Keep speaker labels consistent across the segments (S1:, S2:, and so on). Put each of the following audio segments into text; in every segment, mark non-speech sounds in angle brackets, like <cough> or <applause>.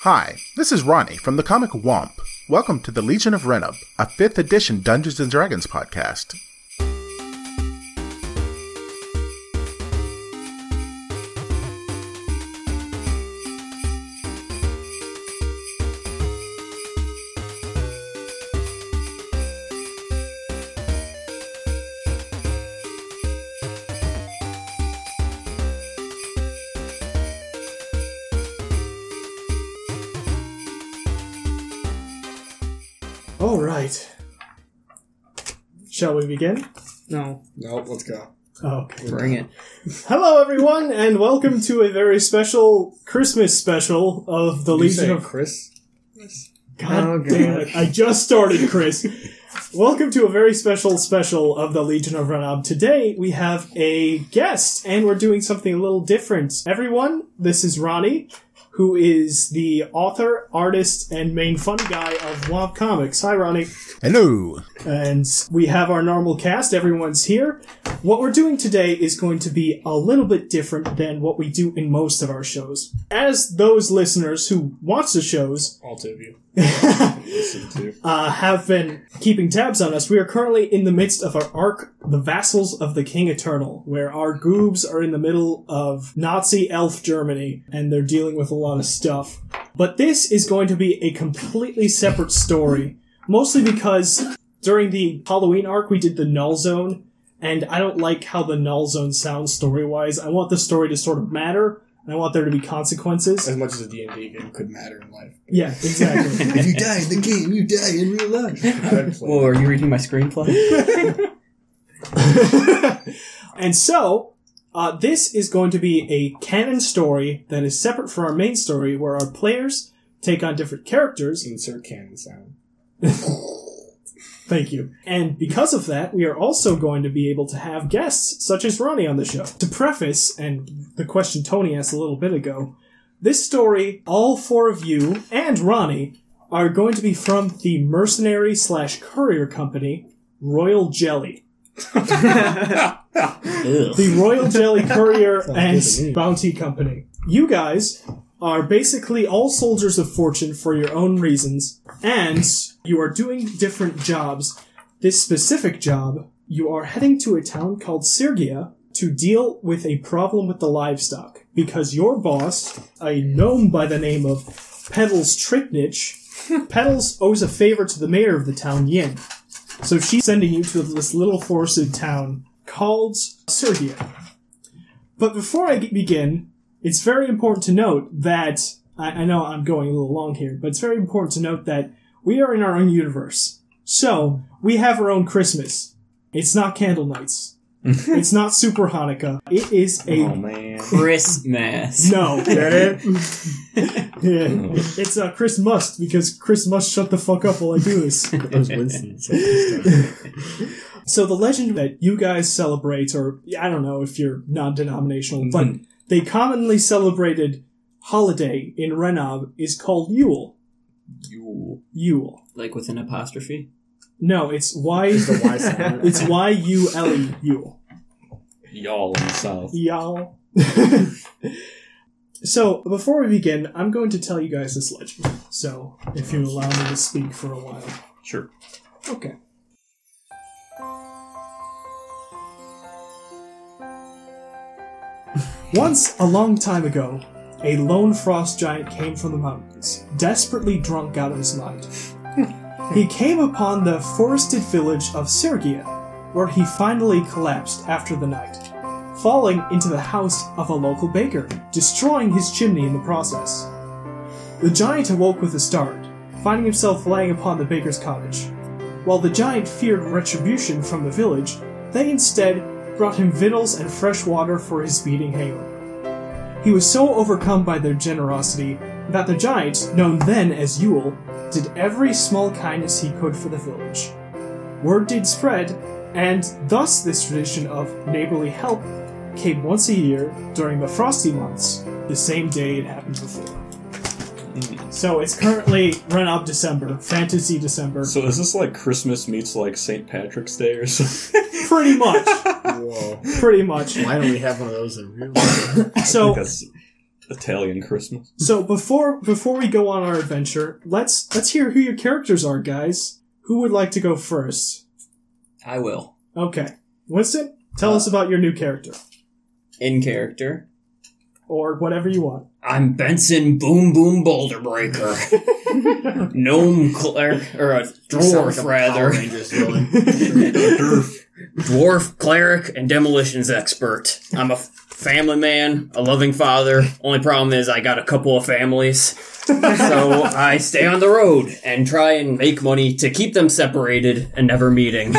S1: Hi, this is Ronnie from the comic Womp. Welcome to the Legion of Renub, a 5th edition Dungeons and Dragons podcast.
S2: All right. Shall we begin? No.
S3: Nope, let's go.
S2: Oh, okay.
S4: Bring it.
S2: Hello, everyone, and welcome to a very special Christmas special of the
S3: Did you
S2: Legion
S3: say
S2: of.
S3: Chris.
S2: God
S4: Oh,
S2: damn it! I just started, Chris. welcome to a very special special of the Legion of Renab. Today we have a guest, and we're doing something a little different. Everyone, this is Ronnie, who is the author, artist, and main fun guy of Womp Comics. Hi, Ronnie.
S1: Hello.
S2: and we have our normal cast. Everyone's here. What we're doing today is going to be a little bit different than what we do in most of our shows. As those listeners who watch the shows
S3: All two of you.
S2: <laughs> uh, have been keeping tabs on us, we are currently in the midst of our arc, The Vassals of the King Eternal, where our goobs are in the middle of Nazi elf Germany and they're dealing with a lot of stuff. But this is going to be a completely separate story, mostly because during the Halloween arc we did the Null Zone, and I don't like how the Null Zone sounds story wise. I want the story to sort of matter. and I want there to be consequences.
S3: As much as a D&D game could matter in life.
S2: Yeah, exactly.
S4: <laughs>
S3: if you die in the game, you die in real life. <laughs> I'd play.
S4: Whoa, are you reading my <laughs> screenplay?
S2: <laughs> and so, uh, this is going to be a canon story that is separate from our main story, where our players take on different characters.
S3: Insert cannon sound.
S2: Thank you. And because of that, we are also going to be able to have guests such as Ronnie on the show. To preface, and the question Tony asked a little bit ago, this story, all four of you and Ronnie are going to be from the mercenary slash courier company, Royal Jelly.
S3: <laughs>
S4: Ugh.
S2: the Royal Jelly Courier
S3: Sounds
S2: and
S3: good to me.
S2: Bounty Company. You guys are basically all soldiers of fortune for your own reasons, and you are doing different jobs. This specific job, you are heading to a town called Sergia to deal with a problem with the livestock because your boss, a gnome by the name of Petals Tricknich, Petals owes a favor to the mayor of the town, Yin. So she's sending you to this little forested town called Sergia. But before I g- begin, it's very important to note that I, I know I'm going a little long here, but it's very important to note that we are in our own universe. So we have our own Christmas. It's not candle nights. it's not super Hanukkah. It is a
S3: man.
S4: Christmas. <laughs>
S2: no. yeah,
S3: <laughs>
S2: it's uh, Chris must because Chris must shut the fuck up while I do
S3: <laughs>
S2: this.
S3: It was Winston. So
S2: So the legend that you guys celebrate, or I don't know if you're non-denominational, but
S3: Mm-hmm.
S2: they commonly celebrated holiday in Renab is called Yule.
S3: you.
S2: Yule.
S4: Like with an apostrophe?
S2: No, it's Y.
S3: The Y sound.
S2: <laughs> it's Y U L E Yule.
S3: Y'all in the South.
S2: Y'all. so before we begin, I'm going to tell you guys this legend. So if you allow me to speak for a while.
S3: Sure.
S2: Okay. <laughs> Once, a long time ago, a lone frost giant came from the mountains, desperately drunk out of his mind. he came upon the forested village of Sergia, where he finally collapsed after the night, falling into the house of a local baker, destroying his chimney in the process. The giant awoke with a start, finding himself lying upon the baker's cottage. While the giant feared retribution from the village, they instead brought him victuals and fresh water for his beating hail. He was so overcome by their generosity that the giant, known then as Yule, did every small kindness he could for the village. Word did spread, and thus this tradition of neighborly help came once a year during the frosty months, the same day it happened before. So it's currently run up December, fantasy December.
S5: So is this like Christmas meets like St. Patrick's Day or <laughs> something?
S2: Pretty much.
S3: Whoa.
S2: Pretty much. <laughs>
S4: <laughs>
S3: Why don't we have one of those in real life?
S2: So
S5: That's Italian Christmas.
S2: So before before we go on our adventure, let's let's hear who your characters are, guys. Who would like to go first?
S4: I will.
S2: Okay, Winston, tell
S6: Uh,
S2: us about your new character
S4: In character,
S2: or whatever you want.
S4: I'm Benson Boom Boom Boulder <laughs> Breaker. Gnome cleric, or a dwarf rather. <laughs> dwarf cleric and demolitions expert. I'm a f- family man, a loving father. Only problem is I got a couple of families. so I stay on the road and try and make money to keep them separated and never meeting.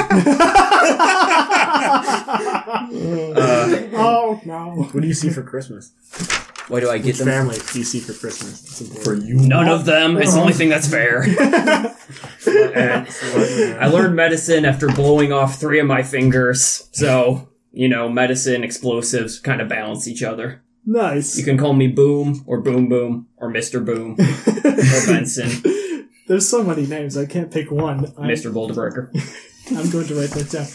S4: Uh,
S2: Oh no!
S6: What do you see for Christmas?
S4: what do I
S6: Which
S4: get them?
S6: family do you see for Christmas? That's
S5: For
S6: important.
S5: you.
S4: None of them. It's the only thing that's fair. And I learned medicine after blowing off three of my fingers. So, you know, medicine, explosives kind of balance each other. You
S2: Nice.
S4: can call me Boom or Boom Boom or Mr.
S6: <laughs>
S4: Boom or Benson,
S2: <laughs> There's so many names. I can't pick one. I'm,
S4: Mr. Boulderbreaker.
S2: I'm going to write that down.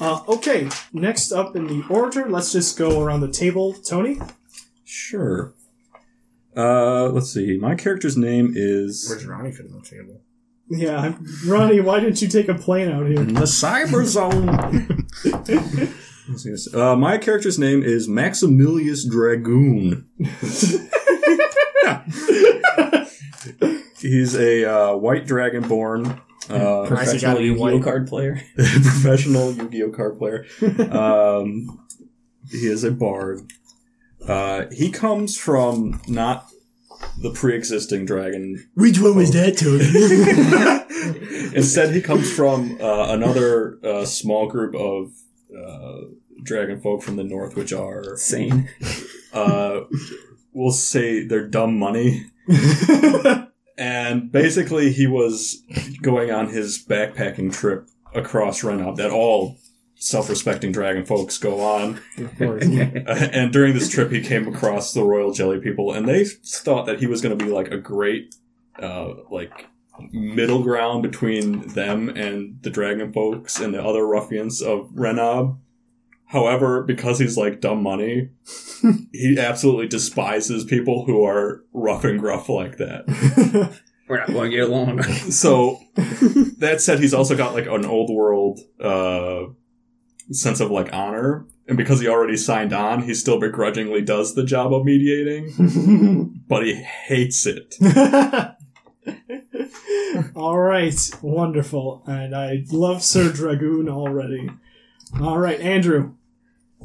S2: Uh, okay, next up in the order, let's just go around the table. Tony.
S5: Sure. Uh, let's see. My character's name is
S6: Where's Ronnie fit on the table?
S2: Yeah, I'm- Ronnie, why didn't you take a plane out here?
S6: Mm-hmm.
S5: in the Cyber <laughs> Zone. Let's see this. uh, my character's name is Maximilius <laughs> Dragoon. He's a uh, white dragonborn. Uh,
S6: Nice, you gotta be
S4: Yu-Gi-Oh
S6: white.
S4: card player.
S5: <laughs> professional Yu-Gi-Oh card player. Um, he is a bard. Uh, he comes from not the pre-existing
S2: <laughs>
S5: dragon.
S6: Which one was that, Tony?
S5: Instead, he comes from uh, another uh, small group of uh, dragon folk from the north, which are,
S4: Sane.
S5: uh, we'll say, they're dumb money. and basically, he was going on his backpacking trip across Renob that all self-respecting dragon folks go on.
S6: of course.
S5: Uh, <laughs> and during this trip, he came across the royal jelly people, and they thought that he was going to be like a great, uh, like middle ground between them and the dragon folks and the other ruffians of Renob. However, because he's like dumb money, he absolutely despises people who are rough and gruff like that.
S4: We're not going to get along.
S5: So that said, he's also got like an old world uh, sense of like honor, and because he already signed on, he still begrudgingly does the job of mediating, <laughs> but he hates it.
S2: <laughs> All right, wonderful, and I love Sir Dragoon already. All right, Andrew.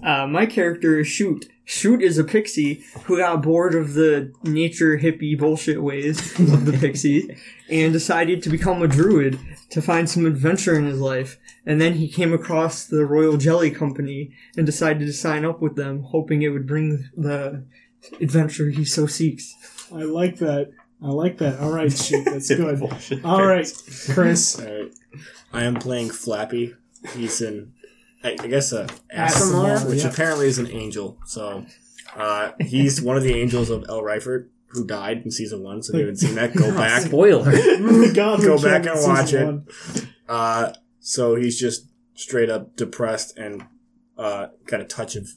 S7: Uh, my character is Shoot. Shoot is a pixie who got bored of the nature hippie bullshit ways of the
S4: <laughs>
S7: pixies and decided to become a druid to find some adventure in his life. And then he came across the Royal Jelly Company and decided to sign up with them, hoping it would bring the adventure he so seeks.
S2: I like that. I like that. All right, shoot,
S5: <laughs>
S2: that's good. All right,
S6: <laughs>
S2: Chris. <laughs>
S6: Alright. I am playing Flappy. He's in, I, I guess, a
S2: Asimar,
S6: Asimar, which
S2: yeah.
S6: apparently is an angel. So uh, he's one of the angels of El Riford, who died in season one. So if you haven't seen
S2: <laughs>
S6: that, go back.
S4: <laughs> <laughs> Spoiler.
S2: God,
S6: Go
S2: we
S6: back
S2: can't
S6: and
S2: season
S6: watch it.
S2: one.
S6: Uh, so he's just straight up depressed and uh, got a touch of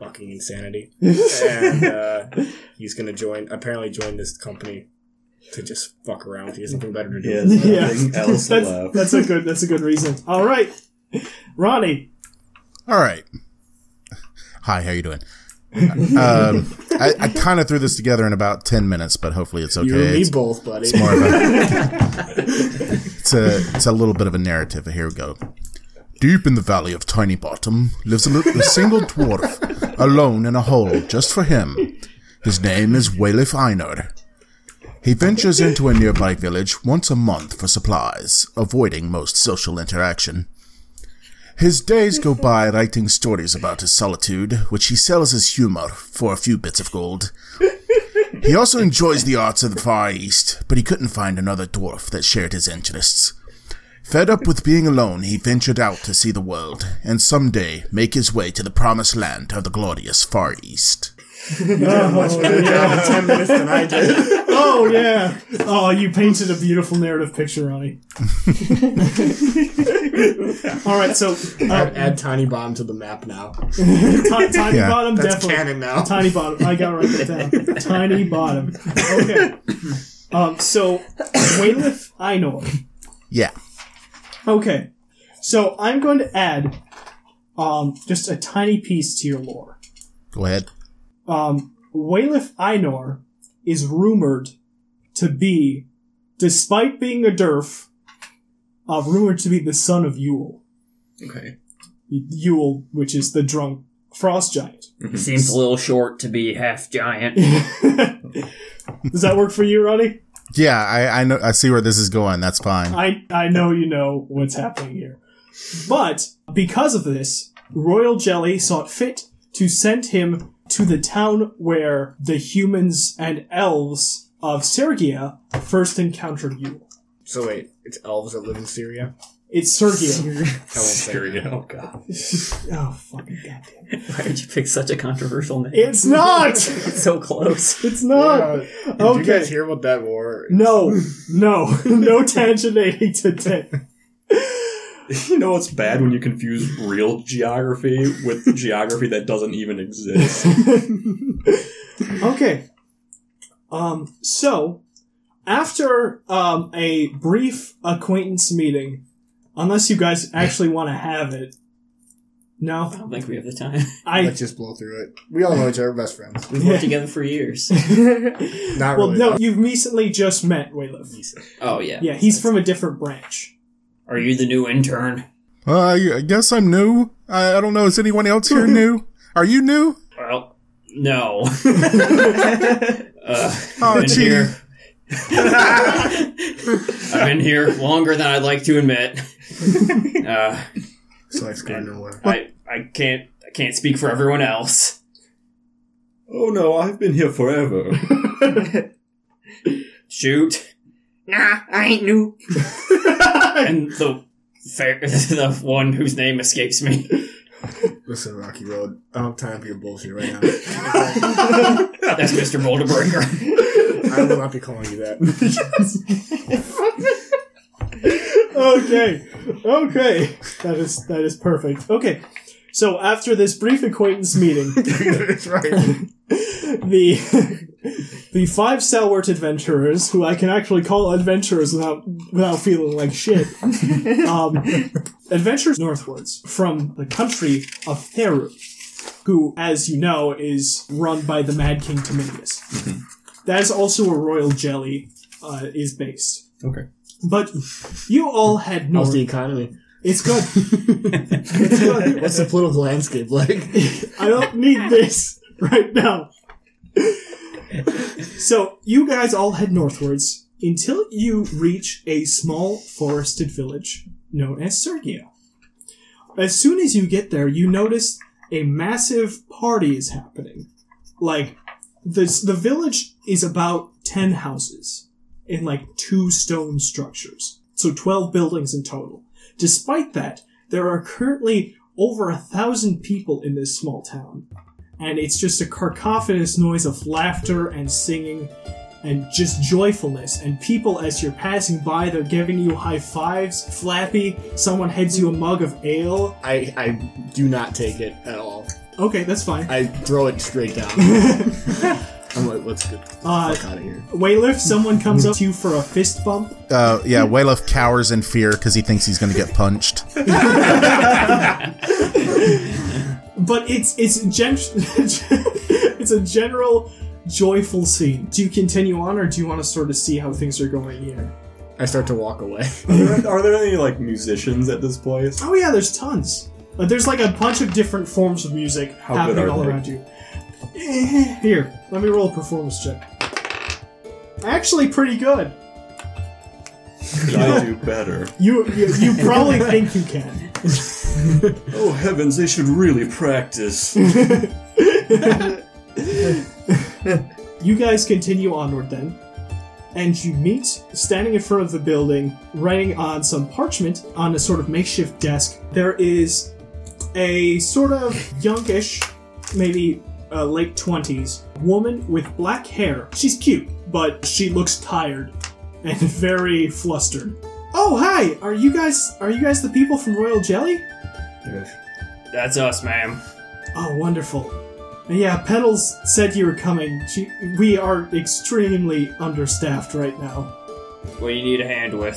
S6: fucking
S2: <laughs>
S6: insanity, and uh, he's gonna join. Apparently, join this company to just fuck around. He has nothing better to do.
S2: Yeah.
S5: nothing else
S2: That's,
S5: left.
S2: that's a good. That's a good reason. All right, Ronnie.
S1: All right. Hi, how you doing? <laughs> um, I, I kind of threw this together in about ten minutes, but hopefully it's okay.
S6: You and me
S1: It's
S6: both, buddy.
S1: more
S6: <laughs>
S1: of a, it's a it's a little bit of a narrative. Here we go. Deep in the valley of Tiny Bottom lives a, little, a single dwarf, alone in a hole just for him. His name is Walif Einar. He ventures into a nearby village once a month for supplies, avoiding most social interaction. His days go by writing stories about his solitude, which he sells as humor for a few bits of gold. He also enjoys the arts of the Far East, but he couldn't find another dwarf that shared his interests. Fed up with being alone, he ventured out to see the world, and someday make his way to the promised land of the glorious Far East.
S6: Much better job in 10 minutes than I did.
S2: oh yeah. Oh, you painted a beautiful narrative picture,
S5: <laughs>
S2: Ronnie. All right, so
S6: add,
S2: uh,
S6: add Tiny Bomb to the map now.
S2: ti- tiny
S1: Yeah,
S2: bottom
S6: That's
S2: definitely.
S6: canon now.
S2: Tiny bottom. I gotta write that down. Tiny bottom. Okay. Um. So, Waylif, I know him.
S1: Yeah.
S2: Okay. So I'm going to add um, just a tiny piece to your lore.
S1: Go ahead.
S2: Um, Waylif Einor is rumored to be, despite being a derf, uh, rumored to be the son of Yule.
S5: Okay.
S2: Y- Yule, which is the drunk frost giant.
S4: Seems a little short to be half giant.
S2: <laughs> Does that work for you, Ronnie?
S1: Yeah, I, I know. I see where this is going. That's fine.
S2: I, I know you know what's happening here. But because of this, Royal Jelly sought fit to send him to the town where the humans and elves of Sergia first encountered you.
S6: So wait, it's elves that live in Syria?
S2: It's Sergia.
S6: I won't say
S5: Syria. Oh god.
S2: <laughs> oh, fucking goddamn.
S4: Why did you pick such a controversial name?
S2: It's not! <laughs>
S4: It's so
S7: <laughs>
S4: close.
S2: It's
S6: Yeah.
S2: not!
S6: Did you
S2: Okay.
S6: guys hear about that war?
S2: No, no, <laughs> no tangentating <laughs> today.
S5: You know it's bad when you confuse real geography <laughs> with geography that doesn't even exist.
S2: <laughs> Okay. Um, so, after um, a brief acquaintance meeting, unless you guys actually want to have it,
S4: I
S2: no,
S4: don't think we have the time.
S2: I. <laughs>
S6: Let's just blow through it. We all know each other, best friends.
S4: <laughs> We've worked together for years.
S6: Not
S2: Well,
S6: really.
S2: no, you've recently just met Waylif.
S4: Oh yeah.
S2: Yeah, he's from a different branch.
S4: Are you the new intern?
S1: Uh, I I guess I'm new. I, I don't know. Is anyone else here new? Are you new?
S4: Well, <laughs> no. uh,
S1: Oh,
S4: been
S1: cheating.
S4: <laughs> here. I've been here longer than I'd like to admit. <laughs> Uh,
S6: So I squandered one.
S4: I I can't I can't speak for everyone else.
S5: oh no, I've been here forever. <laughs>
S4: Shoot,
S7: <laughs> Nah, I ain't
S6: <laughs>
S7: new.
S4: <laughs> and the fair, <laughs> the one whose name
S6: <laughs>
S4: escapes me.
S6: Listen, Rocky Road, I don't have time for your bullshit right now.
S4: That's Mister Boulderbreaker.
S6: I will not be calling you that.
S2: Okay, okay, that is that is perfect. Okay, so after this brief acquaintance meeting,
S6: That's right.
S2: the <laughs> the five stalwart adventurers, who I can actually call adventurers without without feeling like shit, um, adventures northwards from the country of Theru, who, as you know, is run by the Mad King Timinius. that is also where Royal Jelly uh, is based.
S5: Okay.
S2: But you all had no.
S6: How's the economy?
S2: It's good. it's good.
S6: What's the political landscape like?
S2: I don't need this right now. so you guys all head northwards until you reach a small forested village known as Sergia. As soon as you get there, you notice a massive party is happening. Like this, the village is about ten houses in like two stone structures, so twelve buildings in total. Despite that, there are currently over a thousand people in this small town, and it's just a cacophonous noise of laughter and singing and just joyfulness. And people, as you're passing by, they're giving you high fives, flappy, someone heads you a mug of ale.
S6: I, I do not take it at all.
S2: Okay, that's fine.
S6: I throw it straight <laughs> down. I'm like, let's get the
S2: Uh,
S6: fuck out of here.
S2: Waylif, someone comes up to you for a fist bump.
S1: Uh, yeah, Waylef cowers in fear because he thinks he's going to get punched.
S2: but it's it's gen- <laughs> it's a general joyful scene. Do you continue on, or do you want to sort of see how things are going here?
S6: I start to walk away. <laughs>
S5: Are there, are there any like musicians at this place?
S2: Oh yeah, there's tons. Uh, there's like a bunch of different forms of music
S5: How good
S2: happening
S5: are
S2: all
S5: they?
S2: around you. Eh, Here, let me roll a performance check. Actually, pretty good.
S5: Could I do better?
S2: You you, you
S5: <laughs>
S2: probably think you can.
S5: Oh heavens, they should really practice.
S2: <laughs> You guys continue onward then, and you meet, standing in front of the building, writing on some parchment on a sort of makeshift desk. There is a sort of youngish, maybe uh, late 20s, woman with black hair. She's cute, but she looks tired and <laughs> very flustered. Oh, hi. Are you guys are you guys the people from Royal Jelly?
S4: <laughs> That's us, ma'am.
S2: Oh, wonderful. Yeah, Petals said you were coming. She, we are extremely understaffed right now.
S4: What do you need a hand with?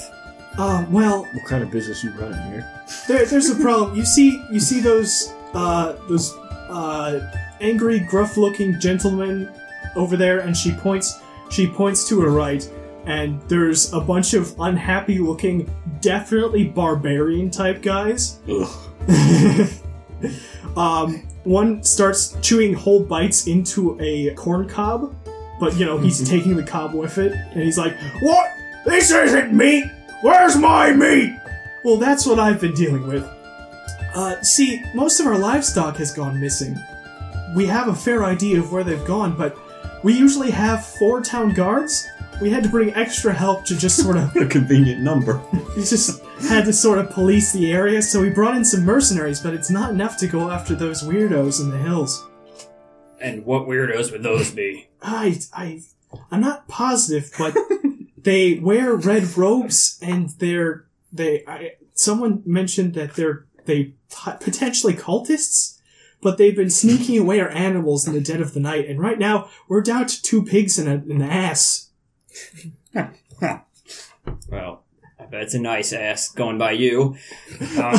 S2: Uh, well,
S6: What kind of business you running here?
S2: there, there's a problem. You see, you see those uh, those uh, angry, gruff-looking gentlemen over there, and she points. She points to her right, and there's a bunch of unhappy-looking, definitely barbarian-type guys. <laughs> um, one starts chewing whole bites into a corn cob, but you know he's taking the cob with it, and he's like, "What? This isn't meat. Where's my meat?" Well, that's what I've been dealing with. Uh, see, most of our livestock has gone missing. We have a fair idea of where they've gone, but we usually have four town guards. We had to bring extra help to just sort of. <laughs>
S5: A convenient number.
S2: we just had to sort of police the area, so we brought in some mercenaries, but it's not enough to go after those weirdos in the hills.
S4: And what weirdos would those be?
S2: I. I. I'm not positive, but they wear red robes and they're. They. I, someone mentioned that they're they p- potentially cultists, but they've been sneaking away our animals in the dead of the night, and right now we're down to two pigs and a, an ass. <laughs>
S4: Well, I bet it's a nice ass going by you. Um,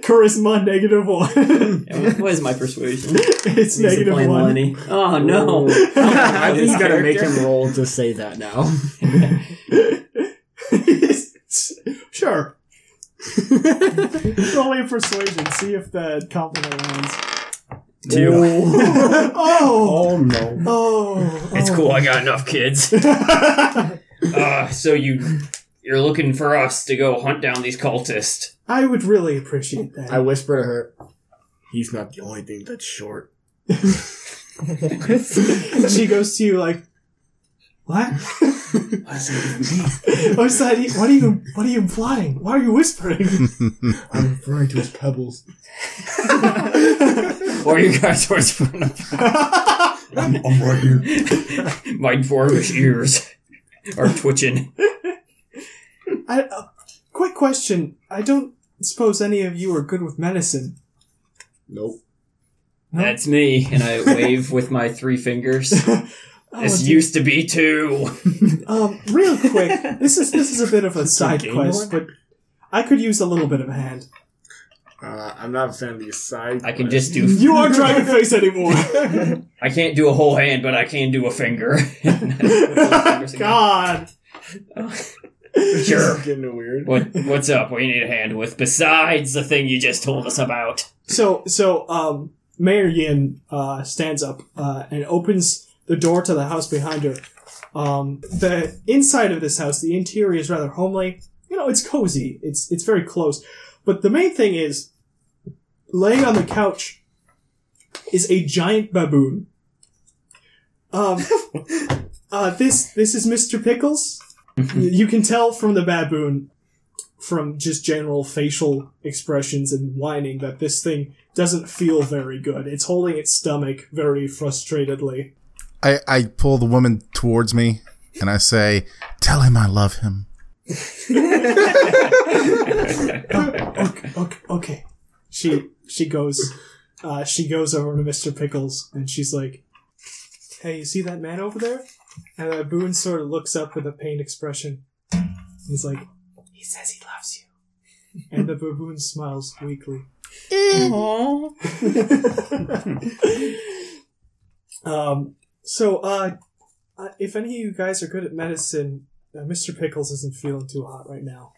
S2: Charisma negative
S4: <laughs>
S2: one.
S4: what is my
S6: <laughs>
S4: persuasion?
S2: it's
S4: He's a
S2: negative
S4: plain
S2: one.
S4: Lenny. Oh no! <laughs>
S6: I
S4: His
S6: think you gotta make
S4: character.
S6: him roll to say that now.
S2: <laughs> sure. <laughs> Roll a persuasion. See if that compliment lands.
S4: Two.
S2: Oh,
S6: <laughs> Oh no.
S2: oh,
S4: It's
S2: oh.
S4: cool. I got
S6: <laughs>
S4: enough kids.
S6: Oh.
S4: uh, so you you're looking for us to go hunt down these cultists?
S2: <laughs> I would really appreciate that.
S6: <laughs> I whisper to her, he's not the only thing that's short.
S2: <laughs> she goes to you like, "What? <laughs> what is that? What are you? What are you implying? Why are you whispering?"
S6: <laughs> I'm referring to
S2: <laughs>
S6: his pebbles.
S4: Or you guys <laughs> were in front of
S5: I'm, I'm right here.
S4: my dwarvish ears <laughs> are twitching.
S2: I, uh, quick question. I don't suppose any of you are good with medicine.
S6: Nope.
S4: That's me, and I wave with my three fingers.
S2: <laughs> Oh,
S4: This
S2: dear.
S4: used to be two.
S2: um, real quick.
S6: <laughs>
S2: This is this is a bit of a side quest, but I could use a little bit of a hand.
S6: Uh, I'm not a fan of these side.
S4: I can just do.
S2: You aren't dragon face anymore.
S4: I can't do a whole hand, but I can do a finger. <laughs>
S2: God.
S4: God. Sure.
S6: getting weird.
S4: What what's up? What do you need a hand with besides the thing you just told us about?
S2: So so um, Mayor Yin uh, stands up uh, and opens the door to the house behind her. Um, the inside of this house, the interior is rather homely. You know, it's cozy. It's it's very close. But the main thing is, laying on the couch is a giant baboon. Um, uh, this this is Mr. Pickles. you you can tell from the baboon from just general facial expressions and whining that this thing doesn't feel very good. It's holding its stomach very frustratedly.
S1: I, I pull the woman towards me and I say, Tell him I love him.
S2: Okay, okay, okay. She she goes uh, she goes over to Mr. Pickles and she's like, "Hey, you see that man over there?" And uh, Boone sort of looks up with a pained expression. He's like, "He says he loves you." And the baboon smiles weakly. <laughs> Um, so, uh, uh, if any of you guys are good at medicine, uh, Mr. Pickles isn't feeling too hot right now.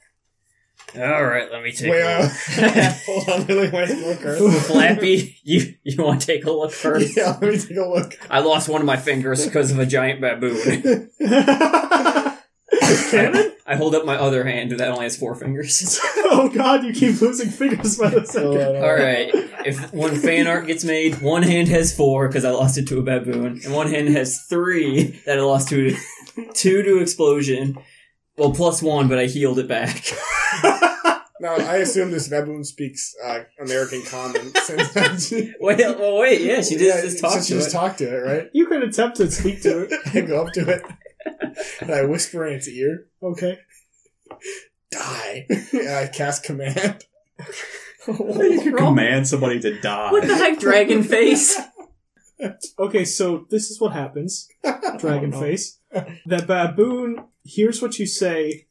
S2: <laughs>
S4: All right, let me
S6: <laughs>
S4: take.
S6: Wait,
S4: a
S6: uh, <laughs> hold on, Lily, wait a look
S4: look.
S6: <laughs> first.
S4: Flappy, <laughs> you you want to take a look first?
S6: yeah, let me take a look.
S4: I lost one of my fingers because of a giant baboon.
S2: <laughs>
S4: I hold up my other hand that only has four fingers.
S2: <laughs> oh god, you keep losing fingers by the
S6: <laughs> Hold
S2: second.
S6: on, hold
S4: All
S6: on.
S4: right, if one fan art gets made, one hand has four because I lost it to a baboon, and one hand has three that I lost to two to explosion. Well, plus one, but I healed it back.
S6: Now, I assume this baboon speaks uh, American common. <laughs> Since she,
S4: <laughs> Wait, oh, well, wait, yeah, she did
S6: Yeah,
S4: just talk
S6: since she
S4: to
S6: just
S4: it.
S6: talked to it, right?
S2: You could attempt to speak to it.
S6: <laughs> I go up to it and I whisper in its ear,
S2: Okay.
S6: "Die!" <laughs> and I cast command. <laughs>
S5: You could <laughs> command somebody to die.
S4: what the heck, <laughs> dragon face?
S2: Okay, so this is what
S6: <laughs>
S2: happens, Dragon Face. That baboon hears what you say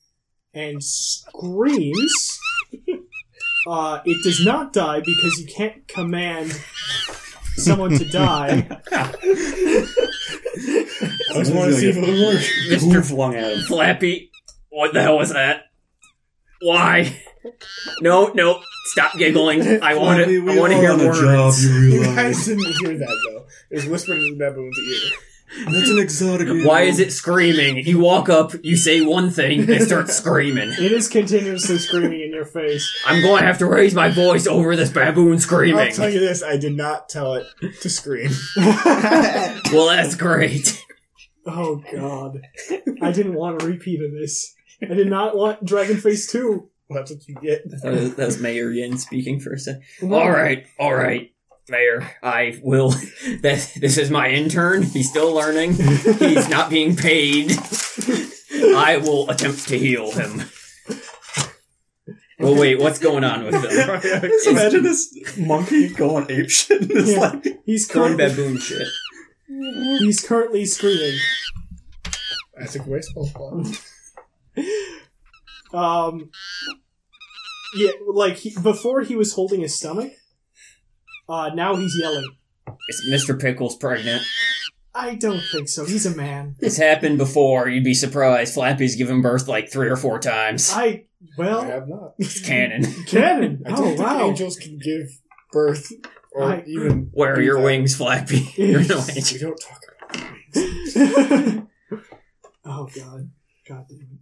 S2: and
S6: <laughs>
S2: screams. Uh, it does not die because you can't command someone to
S6: <laughs>
S2: die.
S6: I just want to see if it would
S5: <laughs>
S6: work.
S4: Mr. Flappy. What the hell was that? Why? No, no, stop giggling. I want
S5: Flappy,
S4: to.
S5: we
S4: I want to
S5: all
S4: hear
S5: on a
S4: words.
S5: job, you
S6: You
S5: realize.
S6: guys didn't hear that though. It was whispered in the baboon's ear.
S5: That's an exotic.
S4: Why is
S5: <laughs>
S4: it screaming? You walk up, you say one thing, it starts screaming.
S2: It is continuously screaming in your face.
S4: I'm going to have to raise my voice over this baboon
S6: I'll
S4: screaming.
S6: tell you this: I did not tell it to scream. <laughs>
S4: Well, that's great.
S2: Oh god. I didn't want a repeat of this. I did not want Dragon Face 2.
S6: Well, That's what you get.
S4: <laughs> That was, that was Mayor Yin speaking for a second. All right, all right, Mayor. I will. <laughs> That this is my intern. He's still learning. He's not being paid. I will attempt to heal him. Well, wait. What's going on with them?
S5: Just imagine this monkey going ape shit. And it's
S2: Yeah.
S5: <laughs> like
S2: He's
S4: Going
S2: currently,
S4: baboon shit.
S2: he's currently screaming.
S6: I took a baseball ball.
S2: <laughs> Um, yeah, like he, before he was holding his stomach. Uh, now he's yelling.
S4: It's Mr. Pickle's pregnant.
S2: I don't think so. He's a man.
S4: This happened before. You'd be surprised. Flappy's given birth like three or four times.
S2: I
S6: I
S2: well,
S6: have not.
S4: It's canon.
S2: Cannon.
S6: I don't
S2: Oh
S6: think
S2: wow.
S6: angels can give birth or
S2: I-
S6: even.
S4: Where are your wings, Flappy? <laughs> You're <laughs> no angel.
S6: We don't talk <laughs> about.
S2: <laughs> oh god. God damn it.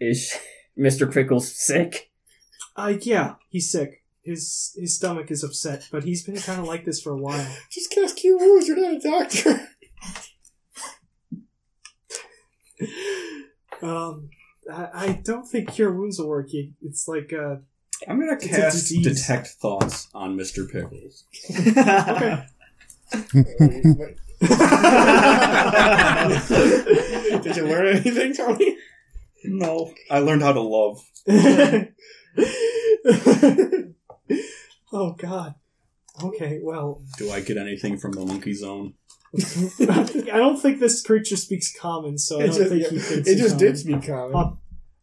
S4: Is Mr. Pickles sick?
S2: Uh, yeah, he's sick. His his stomach is upset, but he's been kind of like this for a
S6: <laughs>
S2: while.
S6: Just cast cure wounds. You're not a doctor.
S2: <laughs> Um, I, I don't think cure wounds will work. You- It's like uh,
S5: I'm gonna
S2: a
S5: cast
S2: disease.
S5: detect thoughts on Mr. Pickles.
S2: okay.
S6: Did <laughs> you learn <laughs> anything, Tony?
S5: No, I learned how to love.
S2: <laughs> oh god. Okay, well, <laughs>
S5: Do I get anything from the monkey zone?
S2: I don't think this creature speaks common, so I
S6: It
S2: don't
S6: just,
S2: think he thinks.
S6: it
S2: in
S6: just
S2: common.
S6: did speak common.
S2: Uh,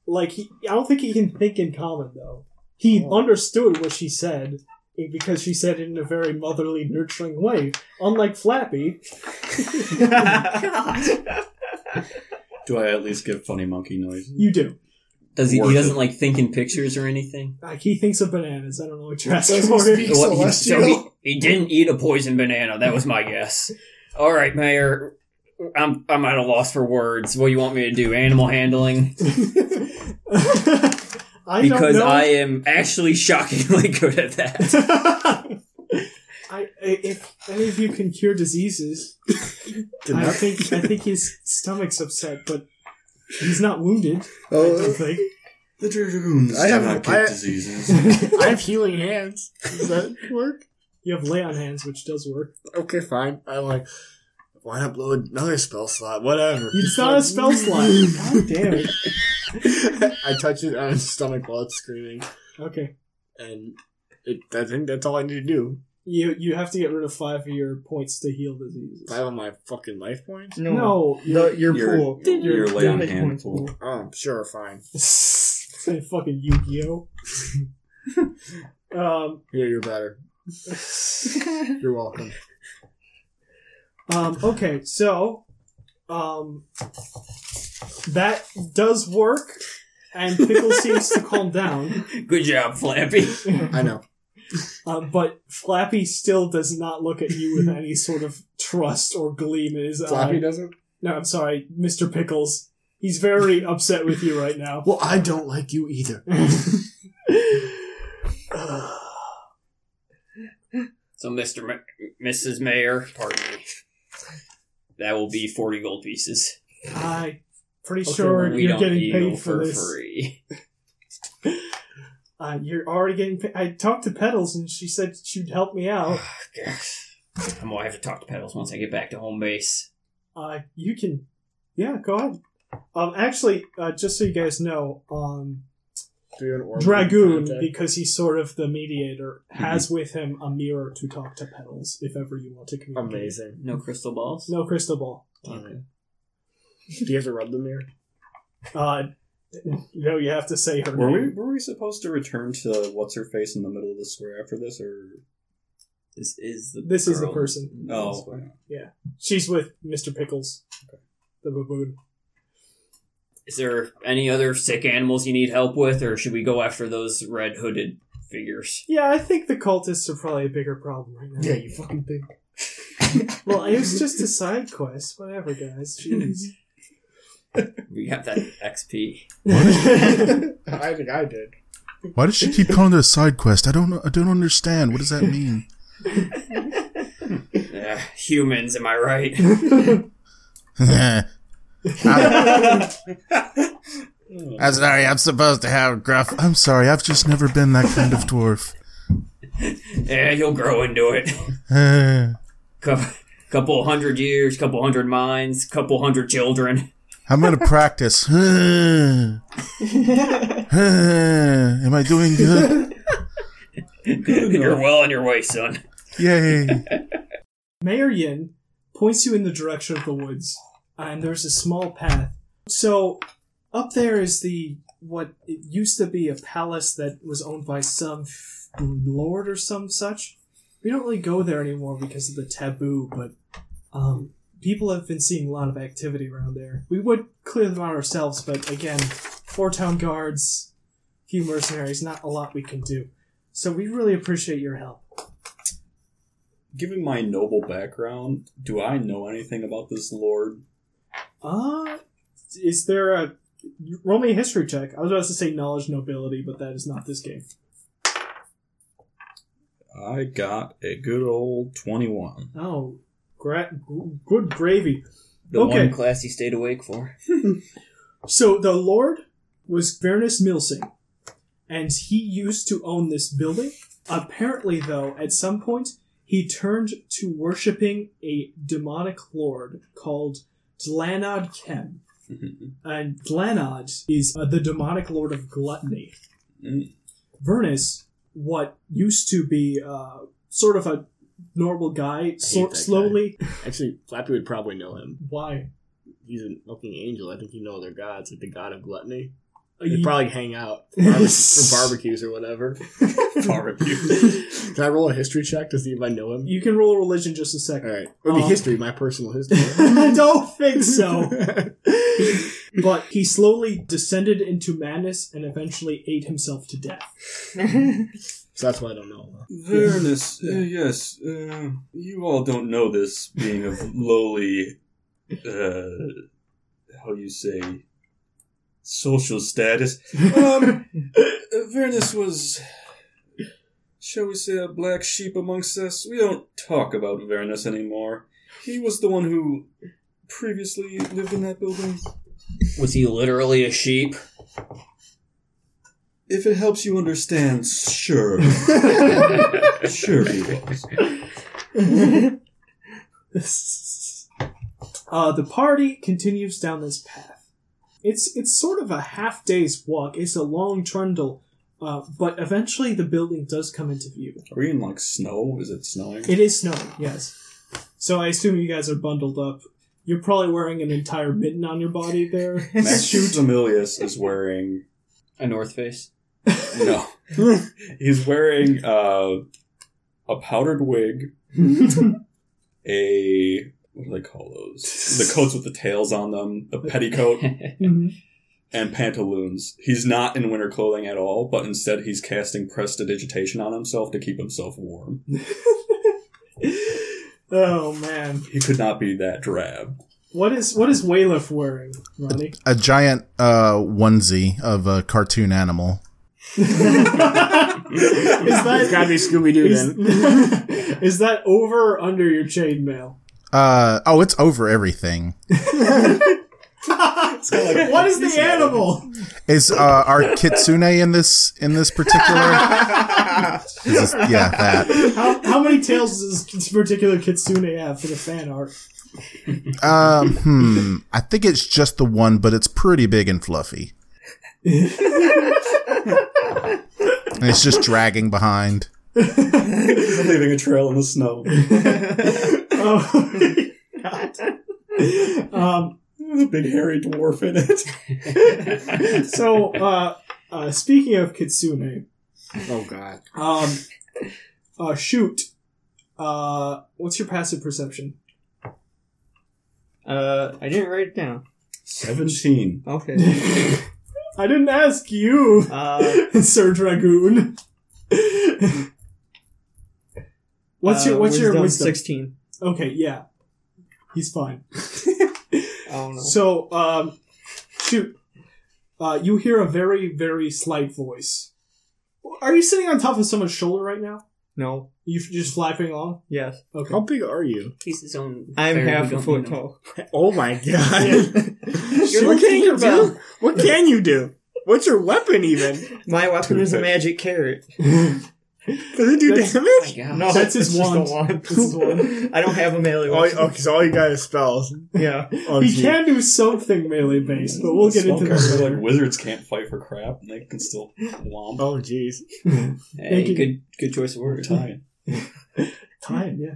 S2: Like he, I don't think he can think in common though. He
S4: Oh.
S2: understood what she said eh, because she said it in a very motherly, nurturing way. Unlike Flappy,
S5: Do I at least give funny monkey noises?
S2: you do.
S4: Does he?
S5: Worth
S4: He doesn't
S5: it.
S4: like think in pictures or anything.
S2: Like he thinks of bananas. I don't know what you're asking
S6: Does he
S2: for.
S6: speak
S4: What, he-
S6: celestial?
S4: so he, he didn't eat a poison banana. That was my guess. All right, Mayor. I'm I'm at a loss for words. What do you want me to do? Animal handling?
S2: <laughs> I don't
S4: Because
S2: know.
S4: I am actually shockingly <laughs> good at that.
S2: I, <laughs> i- eh, if any of you can cure diseases, I think I think his stomach's upset, but he's not wounded. I
S6: Oh,
S2: don't think.
S5: The dragoons
S6: I
S5: do
S6: have-
S5: not get
S6: I-
S5: diseases.
S6: <laughs> I have healing hands. Does that work?
S2: You have lay on hands, which does work.
S6: Okay, fine. I'm like, why not blow another spell slot? Whatever.
S2: It's not a
S6: <laughs>
S2: spell slot. <laughs> God damn it.
S6: I touch it on its stomach while it's screaming,
S2: Okay.
S6: and it, I think that's all I need to do.
S2: You you have to get rid of five of your points to heal diseases.
S6: Five of my fucking life points.
S7: no,
S2: No.
S7: The, your,
S5: Your-
S7: pool.
S5: your lay on
S7: damage
S5: hand
S7: points
S5: pool.
S6: Oh, sure,
S2: <laughs>
S6: fine.
S2: Say fucking Yu-Gi-Oh. <laughs> um, <laughs>
S6: Yeah, you're better. You're welcome.
S2: Um, okay, so um, that does work, and <laughs> Pickle seems to calm down,
S4: Good job, Flappy.
S6: I know.
S2: um, but Flappy still does not look at you with any sort of trust or gleam in his
S6: <laughs> Flappy
S2: eye.
S6: doesn't.
S2: No, I'm sorry, Mr. Pickles. He's very
S6: <laughs>
S2: upset with you right now.
S6: <sighs> Well, I don't like you either.
S4: So, Mr. Ma- Mrs. Mayor, pardon me. That will be forty gold pieces.
S2: I'm pretty
S6: Okay,
S2: sure
S6: well,
S4: We
S2: you're
S4: don't
S2: getting
S4: eat
S2: paid for
S4: for
S2: this.
S4: free.
S2: Uh, you're already getting. Pa- I talked to Petals, and she said she'd help me
S6: <sighs>
S2: out.
S4: Gosh. I'm gonna have to talk to Petals once I get back to home base.
S2: Uh, you can, yeah, go ahead. Um, actually, uh, just so you guys know, um,
S6: Do you have an orb
S2: Dragoon,
S6: contact? Mm-hmm.
S2: because he's sort of the mediator, has with him a mirror to talk to Petals if ever you want to communicate.
S6: Amazing.
S4: No crystal balls?
S2: No crystal ball.
S6: Okay. Do you have to rub the mirror?
S2: Uh, no, you have to say her
S5: <laughs> Were we
S2: name.
S5: were we supposed to return to what's her face in the middle of the square after this, or
S4: This is the
S2: This is the
S4: girl.
S2: person.
S5: oh,
S2: She's with Mr. Pickles, the baboon.
S4: Is there any other sick animals you need help with, or should we go after those red hooded figures?
S2: Yeah, I think the cultists are probably a bigger problem right now.
S6: you fucking think.
S2: Well, it was just a side quest. Whatever, guys. Jeez.
S4: We
S2: <laughs>
S4: have that XP.
S6: I think I did.
S1: Why does she keep calling it a side quest? I don't. know- I don't understand. What does that mean?
S4: Yeah, Uh, humans, am I
S2: <laughs>
S4: right?
S1: <laughs> I'm sorry. I'm supposed to have gruff. I'm sorry. I've just never been that kind of dwarf. <sighs>
S4: yeah, you'll grow into it.
S1: Eh.
S4: Cou- Couple hundred years, couple hundred minds, couple hundred children.
S1: I'm gonna practice. <sighs> Eh. Eh. Am I doing <laughs> good?
S4: <laughs> You're well on your way, son.
S1: Yay!
S2: Mayor Yin points you in the direction of the woods, uh, and there's a small path. So, up there is the what it used to be a palace that was owned by some f- lord or some such. We don't really go there anymore because of the taboo, but um, people have been seeing a lot of activity around there. We would clear them out ourselves, but again, four town guards, few mercenaries, not a lot we can do. So we really appreciate your help.
S5: given my noble background, do I know anything about this lord?
S2: Uh, is there a roll me a history check? I was about to say knowledge nobility, but that is not this game.
S5: I got a good old twenty-one.
S2: Oh, gra- g- good gravy.
S4: The
S2: Okay.
S4: one class he stayed awake for.
S2: So the lord was Vernus Milsing, and he used to own this building. Apparently, though, at some point he turned to worshiping a demonic lord called Dlanod
S6: <laughs>
S2: Kem. and Dlanod is uh, the demonic lord of gluttony.
S5: Mm.
S2: Vernus, what used to be uh, sort of a normal guy, so-
S6: that guy.
S2: slowly.
S6: Actually, Flappy would probably know him.
S2: Why?
S6: He's an fucking angel. I think you know their gods, like the god of gluttony.
S2: Uh,
S6: They
S2: you-
S6: probably hang out
S2: <laughs>
S6: for, barbe- for barbecues or whatever. <laughs> Can I roll a history check to see if I know him?
S2: you can roll religion just a second.
S6: All right, or be
S2: Oh.
S6: history, my personal history.
S2: I <laughs> don't think
S6: <laughs>
S2: so. but he slowly descended into madness and eventually ate himself to death.
S6: so that's why I don't know. him.
S5: Vernus, uh, yes, uh, you all don't know this, being of lowly, uh, how do you say, social status. Um, uh, Vernus was, shall we say, a black sheep amongst us. We don't talk about Vernus anymore. He was the one who previously lived in that building.
S4: Was he literally a sheep?
S5: If it helps you understand, sure. sure he was.
S2: Uh, the party continues down this path. It's it's sort of a half day's walk. It's a long trundle, uh, but eventually the building does come into view.
S5: Are we in, like, snow? Is it snowing?
S2: It is snowing, yes. So I assume you guys are bundled up. You're probably wearing an entire mitten on your body there.
S5: Maximus Amelius is wearing
S4: A North Face?
S5: no. He's wearing uh, a powdered wig, a what do they call those? The coats with the tails on them, the petticoat, and pantaloons. He's not in winter clothing at all, but instead he's casting prestidigitation on himself to keep himself warm.
S2: oh man,
S5: He could not be that drab.
S2: what is what is Waylif wearing, Ronnie?
S1: A giant uh, onesie of a cartoon animal.
S2: Is
S6: It's gotta
S2: that
S6: be Scooby Doo
S2: is,
S6: then.
S2: <laughs> is that over or under your chainmail?
S1: Uh, oh, it's over everything.
S2: what is the animal?
S1: Is uh, our kitsune in this in this particular? Is this- yeah, that.
S2: How, how many tails does this particular kitsune have for the fan art?
S1: Um, hmm. I think it's just the one, but it's pretty big and fluffy. and it's just dragging behind.
S5: leaving a trail in the snow.
S2: Oh, God. Um,
S5: There's a big hairy dwarf in it.
S2: so, uh, uh, speaking of kitsune,
S6: Oh god.
S2: um, uh, shoot. Uh, what's your passive perception?
S7: Uh, I didn't write it down.
S5: Seventeen.
S2: <laughs>
S7: Okay.
S2: I didn't ask you, <laughs>
S7: Uh,
S2: Sir Dragoon. <laughs> what's your
S7: uh,
S2: what's your wisdom?
S7: Sixteen.
S2: Okay, yeah, he's fine. <laughs>
S7: Oh no.
S2: So, um, shoot, uh, you hear a very very slight voice. Are you sitting on top of someone's shoulder right now?
S7: no.
S2: You f- just flapping along?
S7: Yes.
S2: Okay.
S6: How big are you?
S4: He's his own.
S7: I'm
S4: fairy, we
S7: half a
S4: don't
S7: foot
S4: need
S2: <laughs>
S4: him.
S7: tall.
S6: Oh my <laughs> god.
S4: You're
S6: what
S4: like
S6: can you
S2: <laughs>
S4: Tinkerbell.
S6: do? What can you do? What's your weapon even?
S7: My weapon is a
S5: Toothpick.
S2: <laughs>
S7: magic carrot.
S6: Does it do
S7: That's-
S4: My
S6: damage?
S4: God.
S7: No,
S2: That's his
S7: it's just a
S2: wand. That's his wand.
S7: I don't have a melee
S2: Oh,
S6: All,
S7: weapon.
S6: okay, so all you got is spells.
S7: Yeah.
S6: <laughs> Oh,
S2: he
S6: gee.
S2: can do something melee based, but we'll get
S5: Small
S2: into
S5: guys
S2: that
S5: are
S2: later.
S5: like wizards can't fight for crap, and they can still womp
S6: Oh jeez.
S4: Hey,
S2: Thank you.
S4: good, good choice of word.
S5: time.
S2: Time, yeah.